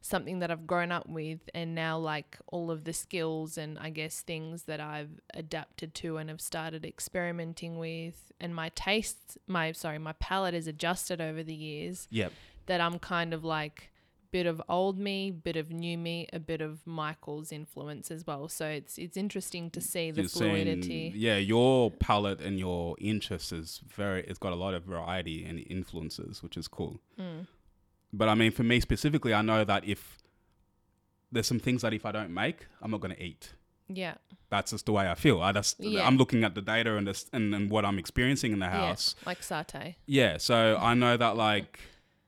[SPEAKER 2] something that I've grown up with and now like all of the skills and I guess things that I've adapted to and have started experimenting with and my tastes, my sorry, my palate has adjusted over the years
[SPEAKER 1] yeah,
[SPEAKER 2] that I'm kind of like bit of old me, bit of new me, a bit of Michael's influence as well. So it's it's interesting to see the
[SPEAKER 1] you're saying-
[SPEAKER 2] fluidity.
[SPEAKER 1] yeah, your palate and your interests is very. It's got a lot of variety and influences, which is cool.
[SPEAKER 2] Mm.
[SPEAKER 1] But I mean, for me specifically, I know that if there's some things that if I don't make, I'm not going to eat.
[SPEAKER 2] Yeah.
[SPEAKER 1] That's just the way I feel. I just
[SPEAKER 2] Yeah.
[SPEAKER 1] I'm looking at the data and, this, and and what I'm experiencing in the house.
[SPEAKER 2] Yeah. Like satay.
[SPEAKER 1] Yeah. So I know that like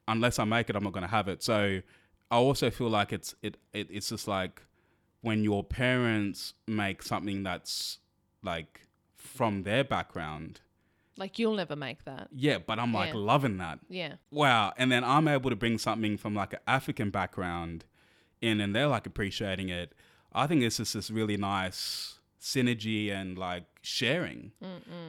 [SPEAKER 1] unless I make it, I'm not going to have it. So I also feel like it's it, it it's just like when your parents make something that's like from their background.
[SPEAKER 2] Like you'll never make that.
[SPEAKER 1] Yeah, but I'm like
[SPEAKER 2] Yeah.
[SPEAKER 1] loving that.
[SPEAKER 2] Yeah.
[SPEAKER 1] Wow. And then I'm able to bring something from like an African background in and they're like appreciating it. I think it's just this really nice synergy and like sharing.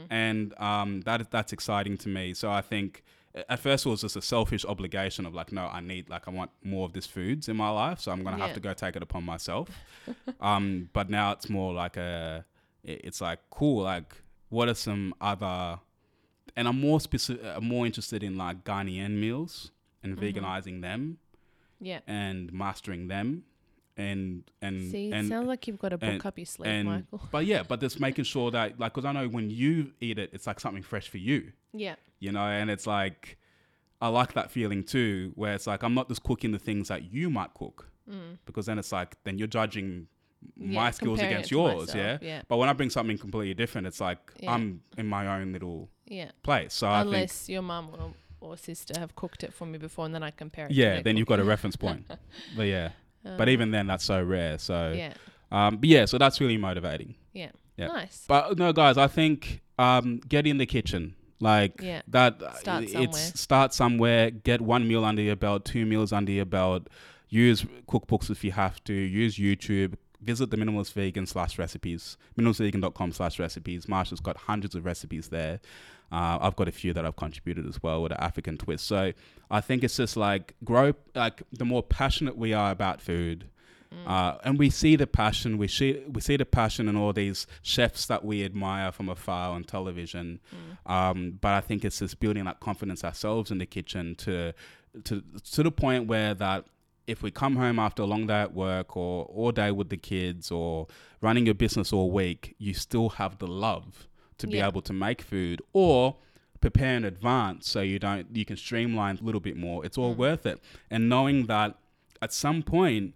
[SPEAKER 1] And um, that that's exciting to me. So I think at first it was just a selfish obligation of like, no, I need like I want more of this foods in my life, so I'm gonna have
[SPEAKER 2] Yeah.
[SPEAKER 1] to go take it upon myself. um, but now it's more like a, it- it's like cool. Like, what are some other and I'm more specific, uh, more interested in like Ghanaian meals and
[SPEAKER 2] Mm-hmm.
[SPEAKER 1] veganizing them
[SPEAKER 2] Yeah.
[SPEAKER 1] and mastering them, and and
[SPEAKER 2] See, it
[SPEAKER 1] Mm, and
[SPEAKER 2] sounds like you've got a book
[SPEAKER 1] and-
[SPEAKER 2] up your sleeve,
[SPEAKER 1] and
[SPEAKER 2] Michael. <laughs>
[SPEAKER 1] but yeah, but just making sure that like because I know when you eat it, it's like something fresh for you,
[SPEAKER 2] Yeah.
[SPEAKER 1] you know, and it's like I like that feeling too, where it's like I'm not just cooking the things that you might cook
[SPEAKER 2] Mm.
[SPEAKER 1] because then it's like then you're judging
[SPEAKER 2] Yeah,
[SPEAKER 1] my skills
[SPEAKER 2] comparing
[SPEAKER 1] against
[SPEAKER 2] it to
[SPEAKER 1] yours,
[SPEAKER 2] myself,
[SPEAKER 1] yeah?
[SPEAKER 2] Yeah.
[SPEAKER 1] But when I bring something completely different, it's like
[SPEAKER 2] Yeah.
[SPEAKER 1] I'm in my own little
[SPEAKER 2] Yeah.
[SPEAKER 1] place. So I think
[SPEAKER 2] Unless your mum or, or sister have cooked it for me before and then I compare it. to
[SPEAKER 1] yeah
[SPEAKER 2] their
[SPEAKER 1] then you've got
[SPEAKER 2] cooking.
[SPEAKER 1] a reference point but yeah but
[SPEAKER 2] Um,
[SPEAKER 1] even then that's so rare so
[SPEAKER 2] Uh, Yeah.
[SPEAKER 1] um but yeah so that's really motivating yeah.
[SPEAKER 2] Nice.
[SPEAKER 1] but no guys i think um get in the kitchen like
[SPEAKER 2] Yeah.
[SPEAKER 1] that uh,
[SPEAKER 2] Start somewhere.
[SPEAKER 1] it's start somewhere get one meal under your belt two meals under your belt use cookbooks if you have to use youtube visit the minimalist vegan slash recipes minimalistvegan.com slash recipes marsha's got hundreds of recipes there uh, i've got a few that i've contributed as well with an african twist so i think it's just like grow like the more passionate we are about food uh, and we see the passion we see we see the passion in all these chefs that we admire from afar on television um, but I think it's just building that confidence ourselves in the kitchen to to to the point where that if we come home after a long day at work or all day with the kids or running your business all week, you still have the love to be
[SPEAKER 2] Yeah.
[SPEAKER 1] able to make food or prepare in advance so you don't you can streamline a little bit more. It's all worth it. And knowing that at some point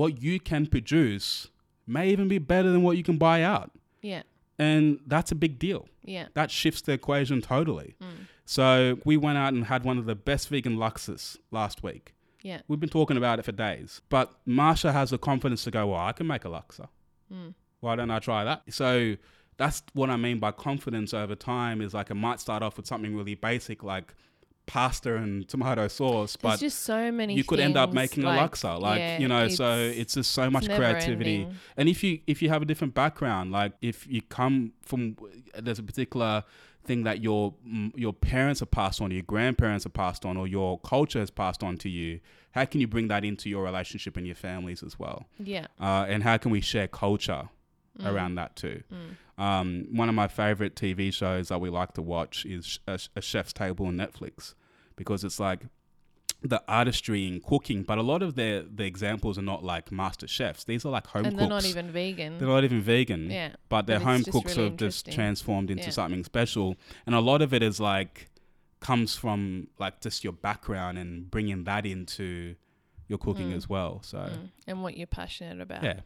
[SPEAKER 1] what you can produce may even be better than what you can buy out.
[SPEAKER 2] Yeah.
[SPEAKER 1] And that's a big deal
[SPEAKER 2] Yeah.
[SPEAKER 1] that shifts the equation totally.
[SPEAKER 2] Mm.
[SPEAKER 1] So we went out and had one of the best vegan luxes last week.
[SPEAKER 2] Yeah.
[SPEAKER 1] We've been talking about it for days, but Marsha has the confidence to go, well, I can make a luxa.
[SPEAKER 2] Mm.
[SPEAKER 1] Why don't I try that? So that's what I mean by confidence over time is like it might start off with something really basic like pasta and tomato sauce,
[SPEAKER 2] There's
[SPEAKER 1] but
[SPEAKER 2] just so many.
[SPEAKER 1] you could end up
[SPEAKER 2] things,
[SPEAKER 1] making a
[SPEAKER 2] like-
[SPEAKER 1] luxa like
[SPEAKER 2] yeah,
[SPEAKER 1] you know so it's just so much
[SPEAKER 2] never
[SPEAKER 1] creativity
[SPEAKER 2] ending.
[SPEAKER 1] and if you if you have a different background like if you come from there's a particular thing that your mm, your parents have passed on your grandparents have passed on or your culture has passed on to you how can you bring that into your relationship and your families as well
[SPEAKER 2] Yeah. mm,
[SPEAKER 1] uh, and how can we share culture around that too. Um, one of my favorite TV uh, shows that we like to watch is Sh- a, Sh- a Chef's Table on Netflix because it's like the artistry in cooking, but a lot of their the examples are not like master chefs. These are like home
[SPEAKER 2] and
[SPEAKER 1] cooks.
[SPEAKER 2] they're not even vegan.
[SPEAKER 1] They're not even vegan.
[SPEAKER 2] Yeah,
[SPEAKER 1] But their
[SPEAKER 2] but it's
[SPEAKER 1] home
[SPEAKER 2] just
[SPEAKER 1] cooks
[SPEAKER 2] really
[SPEAKER 1] have just
[SPEAKER 2] interesting.
[SPEAKER 1] transformed into
[SPEAKER 2] Yeah.
[SPEAKER 1] something special. And a lot of it is like comes from like just your background and bringing that into your cooking
[SPEAKER 2] Mm.
[SPEAKER 1] as well. So
[SPEAKER 2] Mm, and what you're passionate about.
[SPEAKER 1] yeah.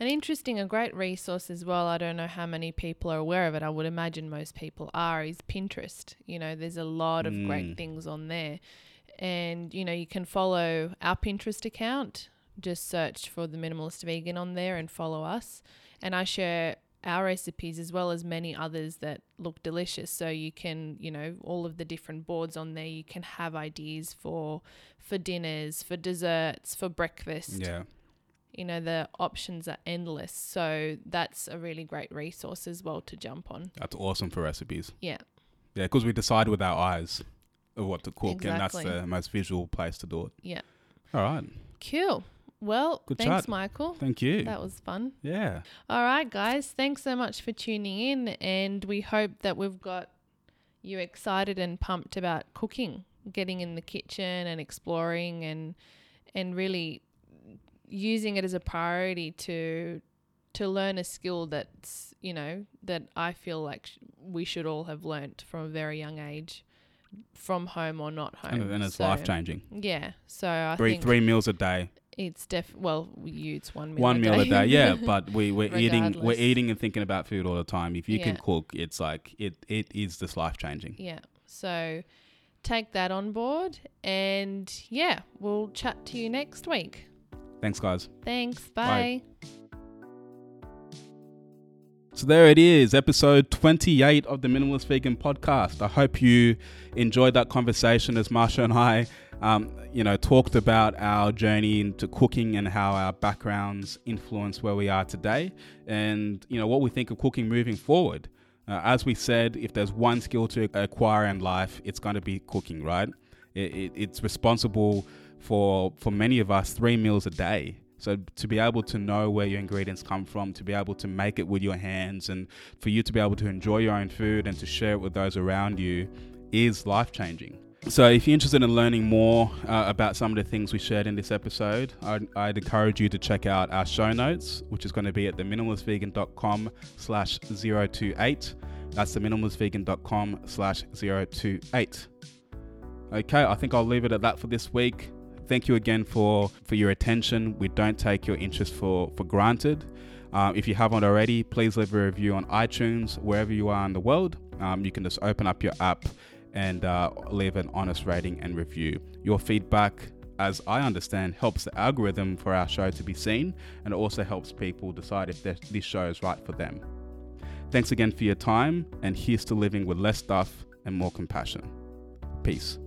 [SPEAKER 2] And interesting, a great resource as well. I don't know how many people are aware of it. I would imagine most people are. Is Pinterest. You know, there's a lot of
[SPEAKER 1] Mm.
[SPEAKER 2] great things on there, and you know you can follow our Pinterest account. Just search for the minimalist vegan on there and follow us. And I share our recipes as well as many others that look delicious. So you can, you know, all of the different boards on there. You can have ideas for for dinners, for desserts, for breakfast
[SPEAKER 1] Yeah.
[SPEAKER 2] you know the options are endless so that's a really great resource as well to jump on
[SPEAKER 1] That's awesome for recipes.
[SPEAKER 2] yeah
[SPEAKER 1] Yeah, because we decide with our eyes of what to cook and that's
[SPEAKER 2] Exactly.
[SPEAKER 1] the most visual place to do it.
[SPEAKER 2] yeah
[SPEAKER 1] All right.
[SPEAKER 2] cool well
[SPEAKER 1] Good
[SPEAKER 2] thanks
[SPEAKER 1] chat.
[SPEAKER 2] michael
[SPEAKER 1] Thank you.
[SPEAKER 2] that was fun
[SPEAKER 1] yeah.
[SPEAKER 2] all right guys thanks so much for tuning in and we hope that we've got you excited and pumped about cooking getting in the kitchen and exploring and and really using it as a priority to to learn a skill that's you know that I feel like sh- we should all have learnt from a very young age, from home or not home.
[SPEAKER 1] And, and it's
[SPEAKER 2] So,
[SPEAKER 1] life changing.
[SPEAKER 2] Yeah, so I
[SPEAKER 1] Three
[SPEAKER 2] think
[SPEAKER 1] three meals a day.
[SPEAKER 2] it's def well you it's one <laughs> meal
[SPEAKER 1] one
[SPEAKER 2] a
[SPEAKER 1] meal
[SPEAKER 2] day.
[SPEAKER 1] a day
[SPEAKER 2] <laughs>
[SPEAKER 1] yeah but we, we're eating we're
[SPEAKER 2] Regardless.
[SPEAKER 1] eating and thinking about food all the time if you can
[SPEAKER 2] Yeah.
[SPEAKER 1] cook it's like it it is just life changing
[SPEAKER 2] yeah. So take that on board, and yeah, we'll chat to you next week.
[SPEAKER 1] thanks guys
[SPEAKER 2] Thanks.
[SPEAKER 1] Bye.
[SPEAKER 2] Bye.
[SPEAKER 1] so there it is episode 28 of the minimalist vegan podcast i hope you enjoyed that conversation as marsha and i um, you know talked about our journey into cooking and how our backgrounds influence where we are today and you know what we think of cooking moving forward Uh, as we said, if there's one skill to acquire in life, it's going to be cooking, right? It, it, it's responsible for for many of us three meals a day. So to be able to know where your ingredients come from, to be able to make it with your hands, and for you to be able to enjoy your own food and to share it with those around you, is life changing. So if you're interested in learning more uh, about some of the things we shared in this episode, I'd, I'd encourage you to check out our show notes, which is going to be at theminimalistvegan.com slash 028. That's theminimalistvegan.com slash 028. Okay, I think I'll leave it at that for this week. Thank you again for, for your attention. We don't take your interest for, for granted. Um, if you haven't already, please leave a review on iTunes, wherever you are in the world. Um, you can just open up your app and uh, leave an honest rating and review. Your feedback, as I understand, helps the algorithm for our show to be seen and also helps people decide if this this show is right for them. Thanks again for your time, and here's to living with less stuff and more compassion. Peace.